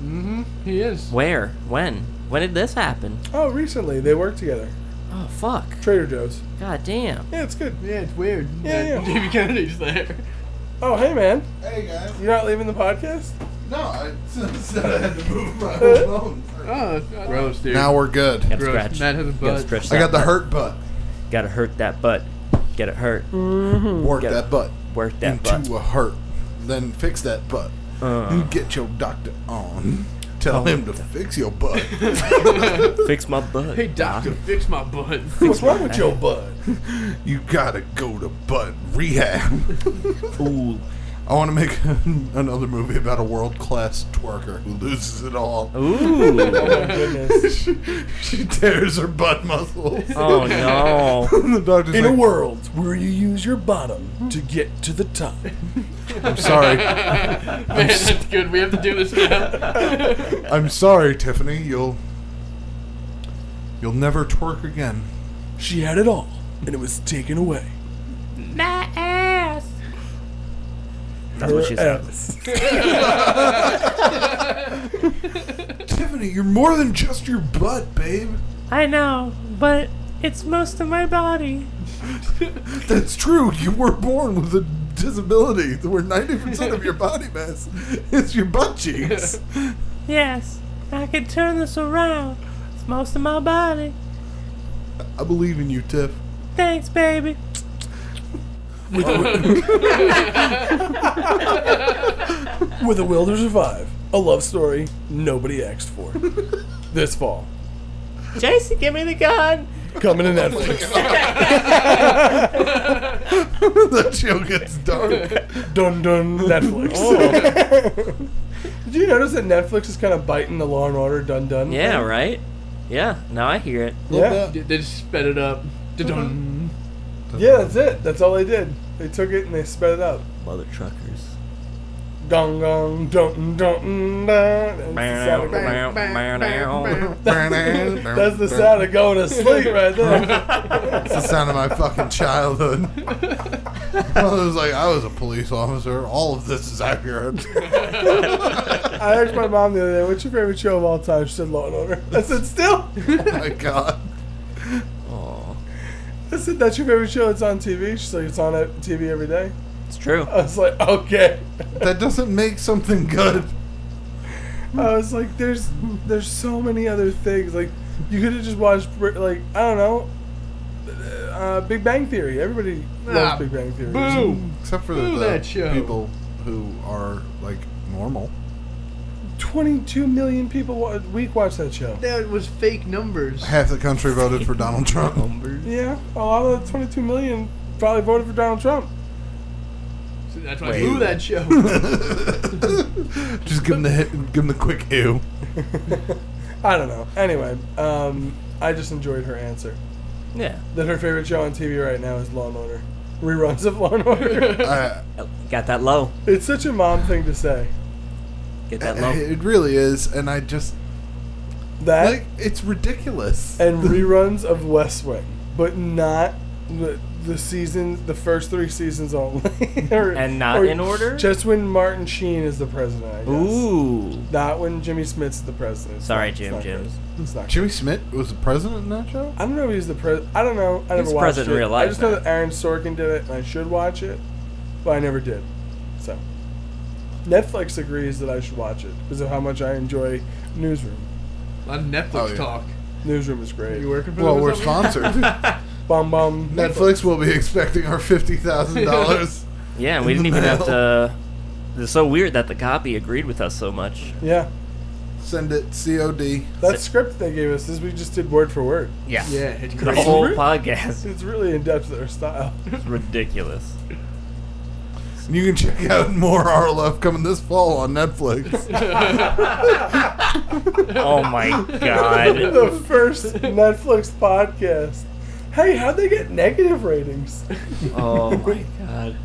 Speaker 6: Mm-hmm. He is.
Speaker 4: Where? When? When did this happen?
Speaker 5: Oh, recently they worked together.
Speaker 4: Oh fuck.
Speaker 5: Trader Joe's.
Speaker 4: God damn.
Speaker 5: Yeah, it's good.
Speaker 6: Yeah, it's weird.
Speaker 5: Yeah,
Speaker 6: that
Speaker 5: yeah.
Speaker 6: Jamie Kennedy's there.
Speaker 5: Oh, hey man,
Speaker 3: Hey guys.
Speaker 5: you're not leaving the podcast?
Speaker 3: No, I said I had to move my old bones.
Speaker 6: Oh, gross, dude.
Speaker 3: Now we're good.
Speaker 4: Got
Speaker 6: Gross.
Speaker 4: scratch.
Speaker 6: Matt has a
Speaker 4: Gotta
Speaker 6: butt.
Speaker 4: stretch
Speaker 3: I
Speaker 4: that
Speaker 3: got the
Speaker 4: butt.
Speaker 3: hurt butt.
Speaker 4: Gotta hurt that butt. Get it
Speaker 3: Work
Speaker 4: hurt. Got Hmm, it.
Speaker 3: that butt
Speaker 4: Work that
Speaker 3: into
Speaker 4: butt. Uh.
Speaker 3: a hurt. Then fix that butt. You get your doctor on. Tell him to fix your butt.
Speaker 4: Fix my butt.
Speaker 6: Hey, doctor, fix my butt.
Speaker 5: What's wrong with your bud?
Speaker 3: you gotta go to butt rehab.
Speaker 4: Ooh.
Speaker 3: I want to make another movie about a world class twerker who loses it all.
Speaker 4: Oh. Ooh.
Speaker 5: Goodness.
Speaker 3: she, she tears her butt muscles.
Speaker 4: oh no.
Speaker 3: the doctor's
Speaker 5: In a
Speaker 3: like,
Speaker 5: world where you use your bottom to get to the top.
Speaker 3: I'm sorry.
Speaker 6: Man, that's good. We have to do this now.
Speaker 3: I'm sorry, Tiffany. You'll you'll never twerk again.
Speaker 5: She had it all, and it was taken away.
Speaker 4: That's what she said.
Speaker 3: Tiffany, you're more than just your butt, babe.
Speaker 4: I know, but it's most of my body.
Speaker 3: That's true. You were born with a disability where 90% of your body mass is your butt cheeks.
Speaker 4: Yes, I can turn this around. It's most of my body.
Speaker 3: I believe in you, Tiff.
Speaker 4: Thanks, baby.
Speaker 5: With a will to survive, a love story nobody asked for. this fall,
Speaker 4: Jason, give me the gun.
Speaker 5: coming to Netflix.
Speaker 3: that show gets dark.
Speaker 5: Dun dun Netflix.
Speaker 4: Oh.
Speaker 5: Did you notice that Netflix is kind of biting the Law and Order dun dun?
Speaker 4: Yeah, right? Yeah, now I hear it.
Speaker 5: Yeah.
Speaker 6: they just sped it up. Da-dun.
Speaker 5: Yeah, that's it. That's all they did. They took it and they sped it up.
Speaker 4: Mother truckers.
Speaker 5: Gong gong dun dun dun. That's the sound of going- That's the sound of going to sleep right there.
Speaker 3: That's the sound of my fucking childhood. I was like, I was a police officer. All of this is accurate.
Speaker 5: I asked my mom the other day, "What's your favorite show of all time?" She said, "Law and Order." I said, "Still."
Speaker 3: my God.
Speaker 4: Oh,
Speaker 5: I said, "That's your favorite show? It's on TV." She's like, "It's on uh, TV every day."
Speaker 4: it's true.
Speaker 5: I was like, "Okay."
Speaker 3: That doesn't make something good.
Speaker 5: I was like, "There's, there's so many other things. Like, you could have just watched, Br- like, I don't know, uh, Big Bang Theory. Everybody
Speaker 6: Ah,
Speaker 5: loves Big Bang Theory.
Speaker 6: Boom.
Speaker 3: Except for
Speaker 6: Ooh,
Speaker 3: the,
Speaker 6: that show.
Speaker 3: people who are, like, normal.
Speaker 5: Twenty-two million people wa- a week watch that show.
Speaker 6: That was fake numbers.
Speaker 3: Half the country voted for Donald Trump.
Speaker 5: Yeah, a lot of the twenty-two million probably voted for Donald Trump.
Speaker 6: So That's why I
Speaker 4: Wait.
Speaker 6: blew that show.
Speaker 3: Just give him the hit, give him the quick ew.
Speaker 5: I don't know. Anyway, um, I just enjoyed her answer.
Speaker 4: Yeah.
Speaker 5: That her favorite show on TV right now is Law and Order. Reruns of Law and Order.
Speaker 3: I,
Speaker 4: Oh, Got that low.
Speaker 5: it's such a mom thing to say.
Speaker 4: Get that low.
Speaker 3: it really is, and I just
Speaker 5: That
Speaker 3: like it's ridiculous.
Speaker 5: and reruns of West Wing, but not the, the season, the first three seasons only. Or-
Speaker 4: And not
Speaker 5: or
Speaker 4: in order?
Speaker 5: Just when Martin Sheen is the president. I guess.
Speaker 4: Ooh.
Speaker 5: Not when Jimmy Smith's the president. It's
Speaker 4: Sorry,
Speaker 5: not- it's
Speaker 4: Jim
Speaker 5: not
Speaker 4: Jims.
Speaker 5: good. It's not.
Speaker 3: Jimmy Smith was the president in that show.
Speaker 5: I don't know if he's the president. I don't know. I never
Speaker 4: He's
Speaker 5: watched
Speaker 4: president
Speaker 5: it.
Speaker 4: in real life
Speaker 5: I just know
Speaker 4: now.
Speaker 5: that Aaron Sorkin did it, and I should watch it, but I never did. So Netflix agrees that I should watch it because of how much I enjoy Newsroom.
Speaker 6: A lot of Netflix
Speaker 3: Oh, yeah.
Speaker 6: talk.
Speaker 5: Newsroom is great.
Speaker 6: You working for
Speaker 3: Well,
Speaker 6: them or
Speaker 3: we're
Speaker 6: something?
Speaker 3: sponsored.
Speaker 5: Bum bum.
Speaker 3: Netflix will be expecting our fifty thousand dollars.
Speaker 4: Yeah, and we
Speaker 3: In
Speaker 4: didn't
Speaker 3: the
Speaker 4: even have
Speaker 3: mail.
Speaker 4: to. It's so weird that the copy agreed with us so much.
Speaker 5: Yeah,
Speaker 3: Send it COD.
Speaker 5: that script they gave us is we just did word for word.
Speaker 4: Yeah.
Speaker 6: Yeah, it's
Speaker 4: The
Speaker 6: crazy.
Speaker 4: whole podcast
Speaker 5: It's really in depth their style.
Speaker 4: is ridiculous.
Speaker 3: And you can check out more RLF coming this fall on Netflix.
Speaker 4: Oh my god.
Speaker 5: the first Netflix podcast. Hey, how'd they get negative ratings?
Speaker 4: Oh my god.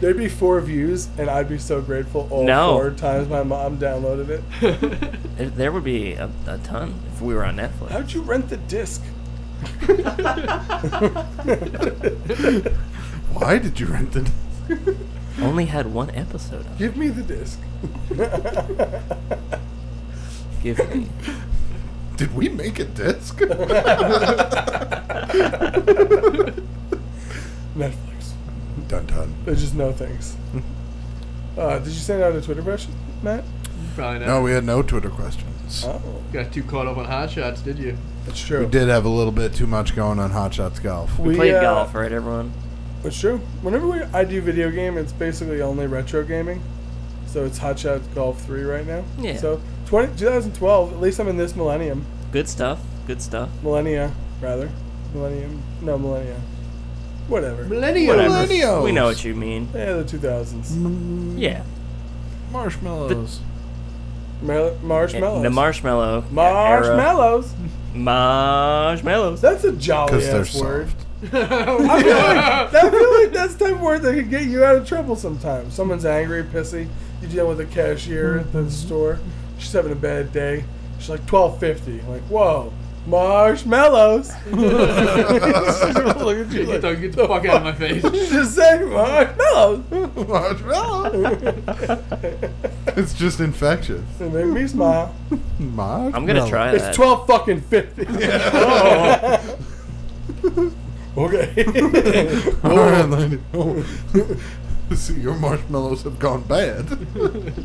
Speaker 5: There'd be four views, and I'd be so grateful. All
Speaker 4: No.
Speaker 5: four times my mom downloaded it.
Speaker 4: There- There would be a, a ton if we were on Netflix.
Speaker 5: How'd you rent the disc?
Speaker 3: Why did you rent it?
Speaker 4: Only had one episode of it.
Speaker 5: Give me the disc.
Speaker 4: Give me.
Speaker 3: Did we make a disc?
Speaker 5: Netflix.
Speaker 3: dun dun.
Speaker 5: There's just no things. Uh, did you send out a Twitter question, Matt?
Speaker 6: Probably not.
Speaker 3: No, we had no Twitter questions.
Speaker 5: Oh,
Speaker 6: Got too caught up on hot shots, did you?
Speaker 5: that's true.
Speaker 3: We did have a little bit too much going on Hot Shots Golf.
Speaker 4: We
Speaker 5: We,
Speaker 4: played
Speaker 5: uh,
Speaker 4: golf, right, everyone?
Speaker 5: It's true. Whenever we, I do video game, it's basically only retro gaming. So it's Hot Shots Golf 3 right now.
Speaker 4: Yeah.
Speaker 5: So 20, 2012, at least I'm in this millennium.
Speaker 4: Good stuff. Good stuff.
Speaker 5: Millennia, rather. Millennium. No, millennia. Whatever.
Speaker 6: Millennial.
Speaker 4: Whatever.
Speaker 3: Millennials.
Speaker 4: We know what you mean.
Speaker 5: Yeah, the 2000s.
Speaker 4: Yeah.
Speaker 3: Marshmallows.
Speaker 5: Mar- marshmallows.
Speaker 4: Eh, The marshmallow. era.
Speaker 5: marshmallows.
Speaker 4: Marshmallows.
Speaker 5: That's a jolly
Speaker 3: Because they're
Speaker 5: ass
Speaker 3: soft.
Speaker 5: Oh, word. I feel, like, I feel like that's the type of word that can get you out of trouble sometimes. Someone's angry, pissy. You deal with a cashier at the store. She's having a bad day. She's like twelve fifty. Like whoa, marshmallows. Look at you.
Speaker 6: Get the,
Speaker 5: Like,
Speaker 6: get the fuck out of my face.
Speaker 5: you just say marshmallows.
Speaker 3: Marshmallows. it's just infectious.
Speaker 5: It made me smile.
Speaker 3: Uh, Marshmallows.
Speaker 4: I'm gonna try that.
Speaker 5: It's twelve fucking fifty. okay.
Speaker 3: All right, lady. See, your marshmallows have gone bad.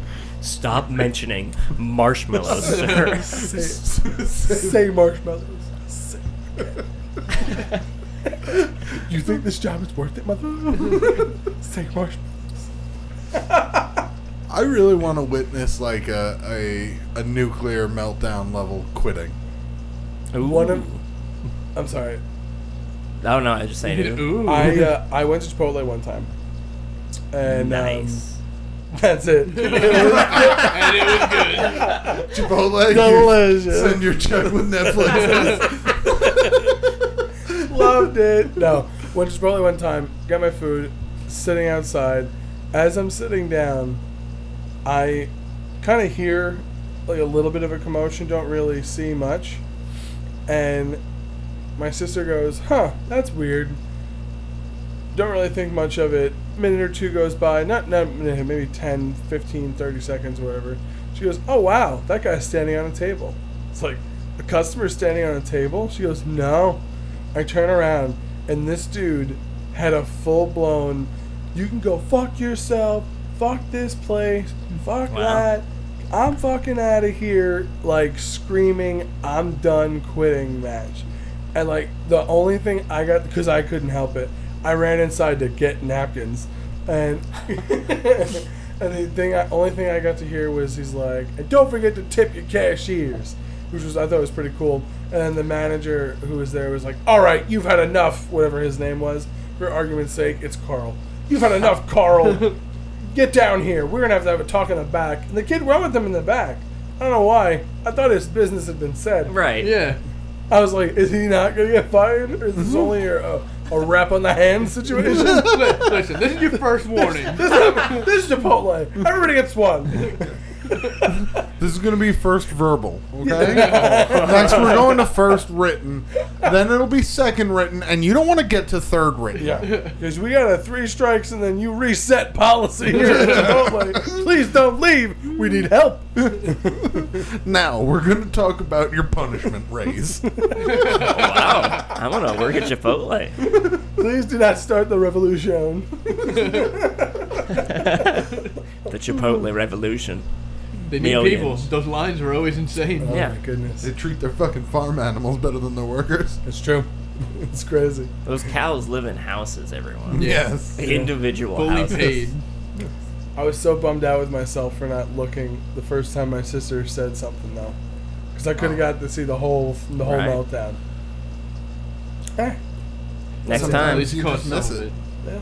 Speaker 4: Stop mentioning marshmallows, sir.
Speaker 5: say, say marshmallows. Say- you think this job is worth it, mother? say marshmallows.
Speaker 3: I really want to witness like a, a a nuclear meltdown level quitting.
Speaker 5: One of,
Speaker 4: Ooh.
Speaker 5: I'm sorry.
Speaker 4: Oh no, I just saying. it.
Speaker 6: Ooh.
Speaker 5: I uh, I went to Chipotle one time, and um,
Speaker 4: Nice.
Speaker 5: that's it.
Speaker 6: and it was good.
Speaker 3: Chipotle, you
Speaker 5: Delicious.
Speaker 3: send your check with Netflix.
Speaker 5: Loved it. No, went to Chipotle one time, got my food, sitting outside. As I'm sitting down, I kind of hear like a little bit of a commotion, don't really see much. And my sister goes, huh, that's weird. Don't really think much of it. Minute or two goes by, not, not a minute, maybe 10, 15, 30 seconds, whatever. She goes, oh wow, that guy's standing on a table. It's like, a customer's standing on a table? She goes, no. I turn around, and this dude had a full blown, you can go fuck yourself, fuck this place, fuck
Speaker 4: Wow.
Speaker 5: that. I'm fucking out of here, like screaming, I'm done quitting match. And like the only thing I got, because I couldn't help it, I ran inside to get napkins. And and the thing, I, only thing I got to hear was he's like, and don't forget to tip your cashiers, which was I thought was pretty cool. And then the manager who was there was like, all right, you've had enough, whatever his name was. For argument's sake, it's Carl. You've had enough, Carl. get down here. We're gonna have to have a talk in the back. And the kid ran with them in the back. I don't know why. I thought his business had been said.
Speaker 4: Right.
Speaker 6: Yeah.
Speaker 5: I was like, is he not gonna get fired, or is
Speaker 4: Mhm.
Speaker 5: this only a, a, a rap on the hand situation?
Speaker 6: Li- Listen, this is your first warning.
Speaker 5: this is Chipotle. Everybody gets one.
Speaker 3: this is gonna be first verbal, okay? Next, we're going to first written. Then it'll be second written, and you don't want to get to third written.
Speaker 5: Yeah, because we got a three strikes and then you reset policy here at Chipotle. Please don't leave. We need help.
Speaker 3: Now we're gonna talk about your punishment raise.
Speaker 4: Wow. I want to work at Chipotle.
Speaker 5: Please do not start the revolution.
Speaker 4: The Chipotle revolution.
Speaker 6: They need
Speaker 4: Millions.
Speaker 6: people. Those lines are always insane.
Speaker 4: Yeah.
Speaker 5: Oh my goodness,
Speaker 3: they treat their fucking farm animals better than their workers.
Speaker 5: it's true. It's crazy.
Speaker 4: Those cows live in houses, everyone.
Speaker 3: Yes.
Speaker 4: Individual
Speaker 6: Fully
Speaker 4: houses.
Speaker 6: paid.
Speaker 5: I was so bummed out with myself for not looking the first time my sister said something though, because I could have got to see the whole the whole
Speaker 4: Right.
Speaker 5: meltdown. Eh,
Speaker 3: Sometimes
Speaker 4: Next
Speaker 6: At
Speaker 4: time.
Speaker 6: least
Speaker 3: You
Speaker 6: you
Speaker 3: just
Speaker 6: caught
Speaker 3: miss
Speaker 6: some of
Speaker 3: it.
Speaker 6: it.
Speaker 5: yeah,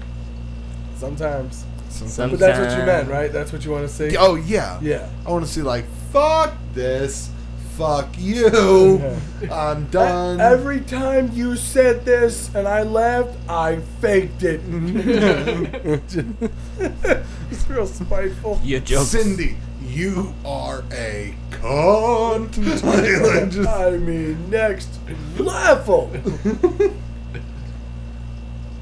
Speaker 5: sometimes.
Speaker 4: Sometimes.
Speaker 5: But that's what you meant, right? That's what you want to see. Eh,
Speaker 3: Oh yeah.
Speaker 5: yeah.
Speaker 3: I want to see like fuck this, fuck you, I'm done.
Speaker 5: E-, Every time you said this and I laughed, I faked it. it's real spiteful.
Speaker 4: Your jokes.
Speaker 3: Cindy, you are a cunt. Like, like, just-
Speaker 5: I mean, next level.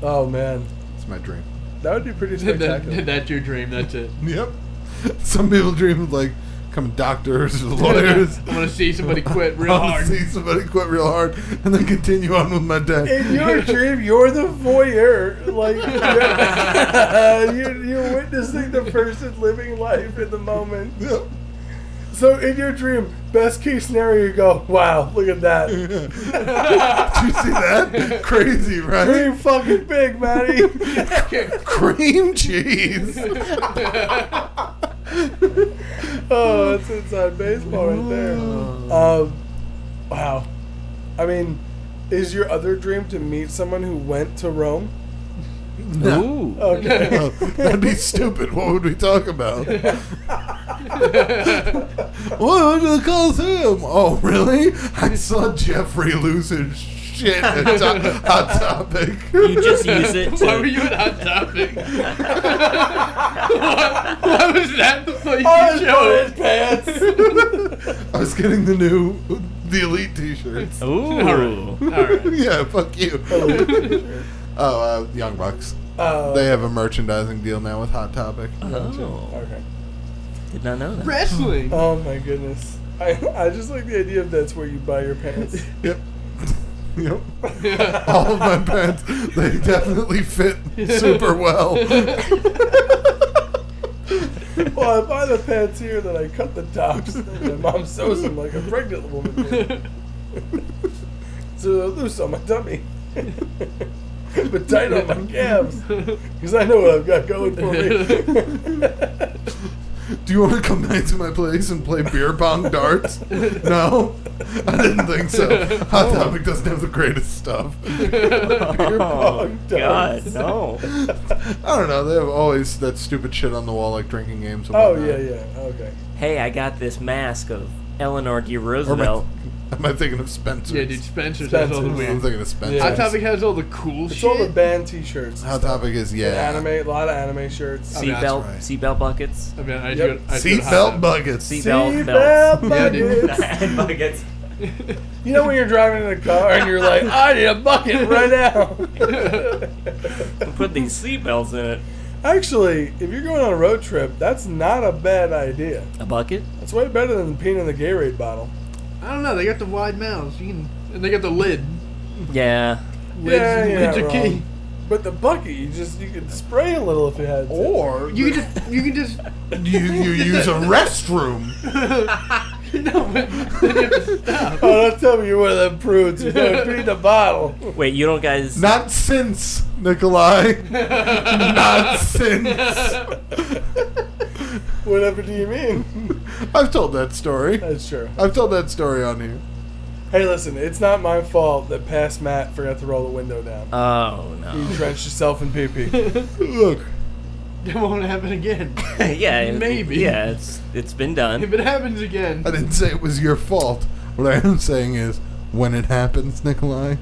Speaker 5: oh man,
Speaker 3: it's my dream.
Speaker 5: that would be pretty
Speaker 6: that,
Speaker 5: spectacular.
Speaker 6: that's your dream. That's it.
Speaker 3: Yep. Some people dream of like becoming doctors or lawyers.
Speaker 6: I want to see somebody quit real
Speaker 3: I wanna
Speaker 6: hard.
Speaker 3: see somebody quit real hard and then continue on with my day.
Speaker 5: In your dream, you're the voyeur. Like you're, you're witnessing the person living life in the moment.
Speaker 3: Yep.
Speaker 5: So in your dream, best case scenario, you go, "Wow, look at that."
Speaker 3: Did you see that? Crazy, right?
Speaker 5: Dream fucking big, Matty.
Speaker 3: Cream cheese.
Speaker 5: oh, that's inside baseball right there. Um, wow. I mean, is your other dream to meet someone who went to Rome?
Speaker 3: No.
Speaker 2: Ooh.
Speaker 5: Okay.
Speaker 4: Oh.
Speaker 3: No, that'd be stupid. What would we talk about? well, I went to the Coliseum. Oh, really? I saw Jeffrey lose his shit at to- Hot Topic.
Speaker 4: You just use it
Speaker 6: Why were
Speaker 4: to.
Speaker 6: you at Hot Topic? why, why was that the place
Speaker 5: Oh,
Speaker 6: you chose?
Speaker 5: his pants.
Speaker 3: I was getting the new the Elite T-shirts.
Speaker 4: Ooh.
Speaker 3: yeah, fuck you. oh, uh, Young Bucks.
Speaker 5: Oh.
Speaker 3: They have a merchandising deal now with Hot Topic.
Speaker 4: Oh.
Speaker 5: Okay.
Speaker 4: Did not know that.
Speaker 6: Wrestling.
Speaker 5: Oh my goodness. I, I just like the idea of that's where you buy your pants.
Speaker 3: Yep. Yep. All of my pants, they definitely fit super well.
Speaker 5: well, I buy the pants here, then I cut the tops, and my mom sews them like a pregnant woman. did. so they're loose on my tummy, but tight on my calves, because I know what I've got going for me.
Speaker 3: Do you want to come back to my place and play beer pong darts? no? I didn't think so. Hot
Speaker 6: Oh.
Speaker 3: Topic doesn't have the greatest stuff.
Speaker 5: Beer
Speaker 4: Oh,
Speaker 5: pong
Speaker 4: God,
Speaker 5: darts.
Speaker 4: no.
Speaker 3: I don't know. They have always that stupid shit on the wall, like drinking games. And
Speaker 5: Oh
Speaker 3: whatnot.
Speaker 5: yeah, yeah. Okay.
Speaker 4: Hey, I got this mask of Eleanor D.
Speaker 3: Or am
Speaker 4: Roosevelt.
Speaker 3: I, am I thinking of Spencer's?
Speaker 6: yeah, dude, Spencer's has all the
Speaker 5: Spencer's.
Speaker 3: I'm
Speaker 6: weird.
Speaker 3: thinking of Spencer's.
Speaker 5: Yeah.
Speaker 6: Hot Topic has all the cool
Speaker 5: It's
Speaker 6: shit.
Speaker 5: all the band T-shirts.
Speaker 3: Hot Topic is, yeah.
Speaker 5: Anime, a lot of anime shirts.
Speaker 6: Oh, that's
Speaker 4: Seatbelt,
Speaker 3: right.
Speaker 4: seatbelt buckets.
Speaker 6: I mean, I
Speaker 5: Yep.
Speaker 6: do. I do Hot
Speaker 3: Seatbelt
Speaker 6: Topic.
Speaker 3: buckets.
Speaker 4: Seatbelt
Speaker 5: Seatbelt
Speaker 4: belts.
Speaker 6: Yeah, dude.
Speaker 5: buckets.
Speaker 4: And buckets.
Speaker 5: You know when you're driving in a car and you're like, I need a bucket right now.
Speaker 4: Put these seatbelts in it.
Speaker 5: Actually, if you're going on a road trip, that's not a bad idea.
Speaker 4: A bucket?
Speaker 5: That's way better than peeing in the Gatorade bottle.
Speaker 6: I don't know. They got the wide mouths. You can, and they got the lid.
Speaker 4: Yeah.
Speaker 6: Lids,
Speaker 5: Yeah, yeah,
Speaker 6: lids are key.
Speaker 5: wrong. But the bucket, you just you could spray a little if you had to.
Speaker 3: Or
Speaker 6: You can just, you can just.
Speaker 3: you, you use a restroom.
Speaker 6: no, but then you have to stop.
Speaker 5: oh, don't tell me you're one of them prudes who's going to pee in the bottle.
Speaker 4: Wait, you don't guys.
Speaker 3: Not since, Nikolai. Not since.
Speaker 5: Whatever do you mean?
Speaker 3: I've told that story.
Speaker 5: That's true.
Speaker 3: I've told that story on here.
Speaker 5: Hey, listen, it's not my fault that past Matt forgot to roll the window down.
Speaker 4: Oh
Speaker 5: You
Speaker 4: no.
Speaker 5: drenched yourself in pee pee.
Speaker 3: Look,
Speaker 6: That won't happen again.
Speaker 4: yeah. it-
Speaker 6: Maybe.
Speaker 4: Yeah, it's it's been
Speaker 6: If
Speaker 4: done.
Speaker 6: it happens again,
Speaker 3: I didn't say it was your fault. What I am saying is, when it happens, Nikolai,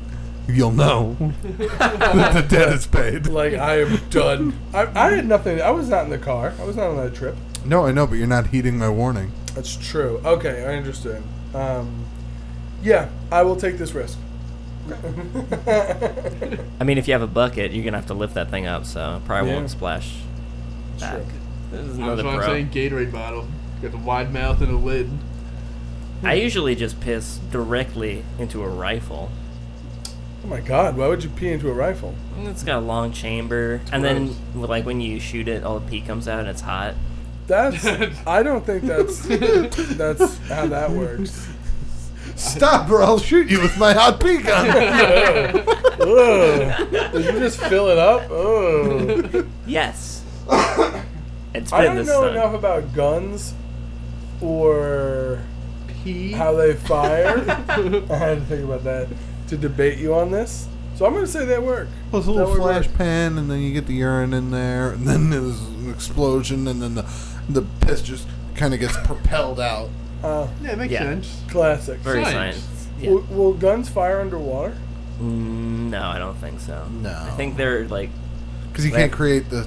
Speaker 3: you'll know that the debt is paid.
Speaker 5: Like, I am done. I, I had nothing. I was not in the car, I was not on that trip.
Speaker 3: No, I know, but you're not heeding my warning.
Speaker 5: That's true. Okay, I understand. Um, yeah, I will take this risk.
Speaker 4: I mean, if you have a bucket, you're gonna have to lift that thing up, so it probably
Speaker 5: Yeah.
Speaker 4: won't splash. Back. This is
Speaker 6: that's
Speaker 4: another
Speaker 6: why I'm
Speaker 4: pro.
Speaker 6: saying Gatorade bottle. Got the wide mouth and a lid.
Speaker 4: I usually just piss directly into a rifle.
Speaker 5: oh my god, why would you pee into a rifle?
Speaker 4: And It's got a long chamber, and then like when you shoot it, all the pee comes out and it's hot.
Speaker 5: That's I don't think that's that's how that works.
Speaker 3: Stop, or I'll shoot you with my hot pea gun.
Speaker 5: Ugh. Did you just fill it up? Ugh.
Speaker 4: Yes. it's
Speaker 5: I
Speaker 4: been
Speaker 5: don't
Speaker 4: this
Speaker 5: know
Speaker 4: time.
Speaker 5: enough about guns or
Speaker 6: Pee.
Speaker 5: how they fire. I had to think about that to debate you on this. So I'm gonna say they work.
Speaker 3: Well, it's a little
Speaker 5: That would
Speaker 3: flash
Speaker 5: work.
Speaker 3: pan, and then you get the urine in there, and then there's an explosion, and then the the piss just kind of gets propelled out.
Speaker 5: Uh,
Speaker 6: Yeah, it makes
Speaker 4: Yeah.
Speaker 6: sense.
Speaker 5: classic.
Speaker 4: Very
Speaker 6: Science.
Speaker 4: science. Yeah.
Speaker 5: Will, will guns fire underwater?
Speaker 4: Mm, no, I don't think so.
Speaker 3: No.
Speaker 4: I think they're like.
Speaker 3: Because you
Speaker 4: They-
Speaker 3: can't create the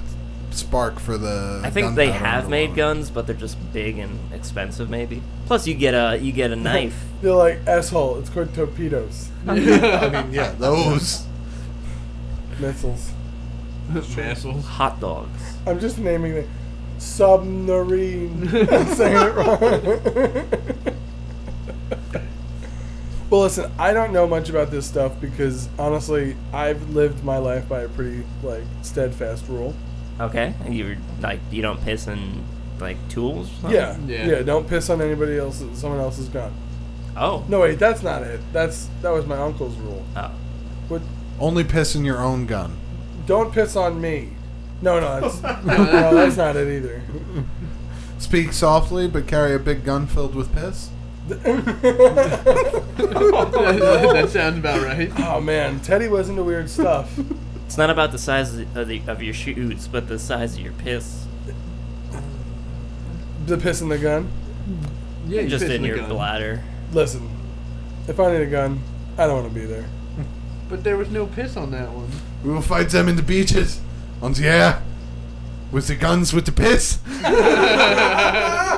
Speaker 3: spark for the.
Speaker 4: I think they
Speaker 3: gunpowder
Speaker 4: have made
Speaker 3: underwater.
Speaker 4: guns, but they're just big and expensive, maybe. Plus, you get a you get a knife.
Speaker 5: They're like asshole. It's called torpedoes,
Speaker 3: I mean, yeah, those.
Speaker 5: missiles.
Speaker 6: Assholes.
Speaker 4: Hot dogs.
Speaker 5: I'm just naming it submarine. I'm saying it wrong. well, listen, I don't know much about this stuff because honestly, I've lived my life by a pretty like steadfast rule.
Speaker 4: Okay, and you like you don't piss in like tools. Or something?
Speaker 5: Yeah, yeah.
Speaker 6: Yeah.
Speaker 5: don't piss on anybody else. Someone else's gun.
Speaker 4: Oh.
Speaker 5: No, wait, that's not it. That's that was my uncle's rule.
Speaker 4: Oh.
Speaker 5: What?
Speaker 3: Only piss in your own gun.
Speaker 5: Don't piss on me. No, no, that's, no, that's not it either.
Speaker 3: Speak softly, but carry a big gun filled with piss.
Speaker 6: that, that sounds about right.
Speaker 5: Oh man, Teddy was into weird stuff.
Speaker 4: It's not about the size of, the, of, the, of your shoes, but the size of your piss.
Speaker 5: The piss in the gun.
Speaker 6: Yeah, you
Speaker 4: just
Speaker 6: piss
Speaker 4: in
Speaker 6: the
Speaker 4: your
Speaker 6: gun.
Speaker 4: bladder.
Speaker 5: Listen, if I need a gun, I don't want to be there.
Speaker 6: But there was no piss on that one.
Speaker 3: We will fight them in the beaches, on the air, with the guns, with the piss.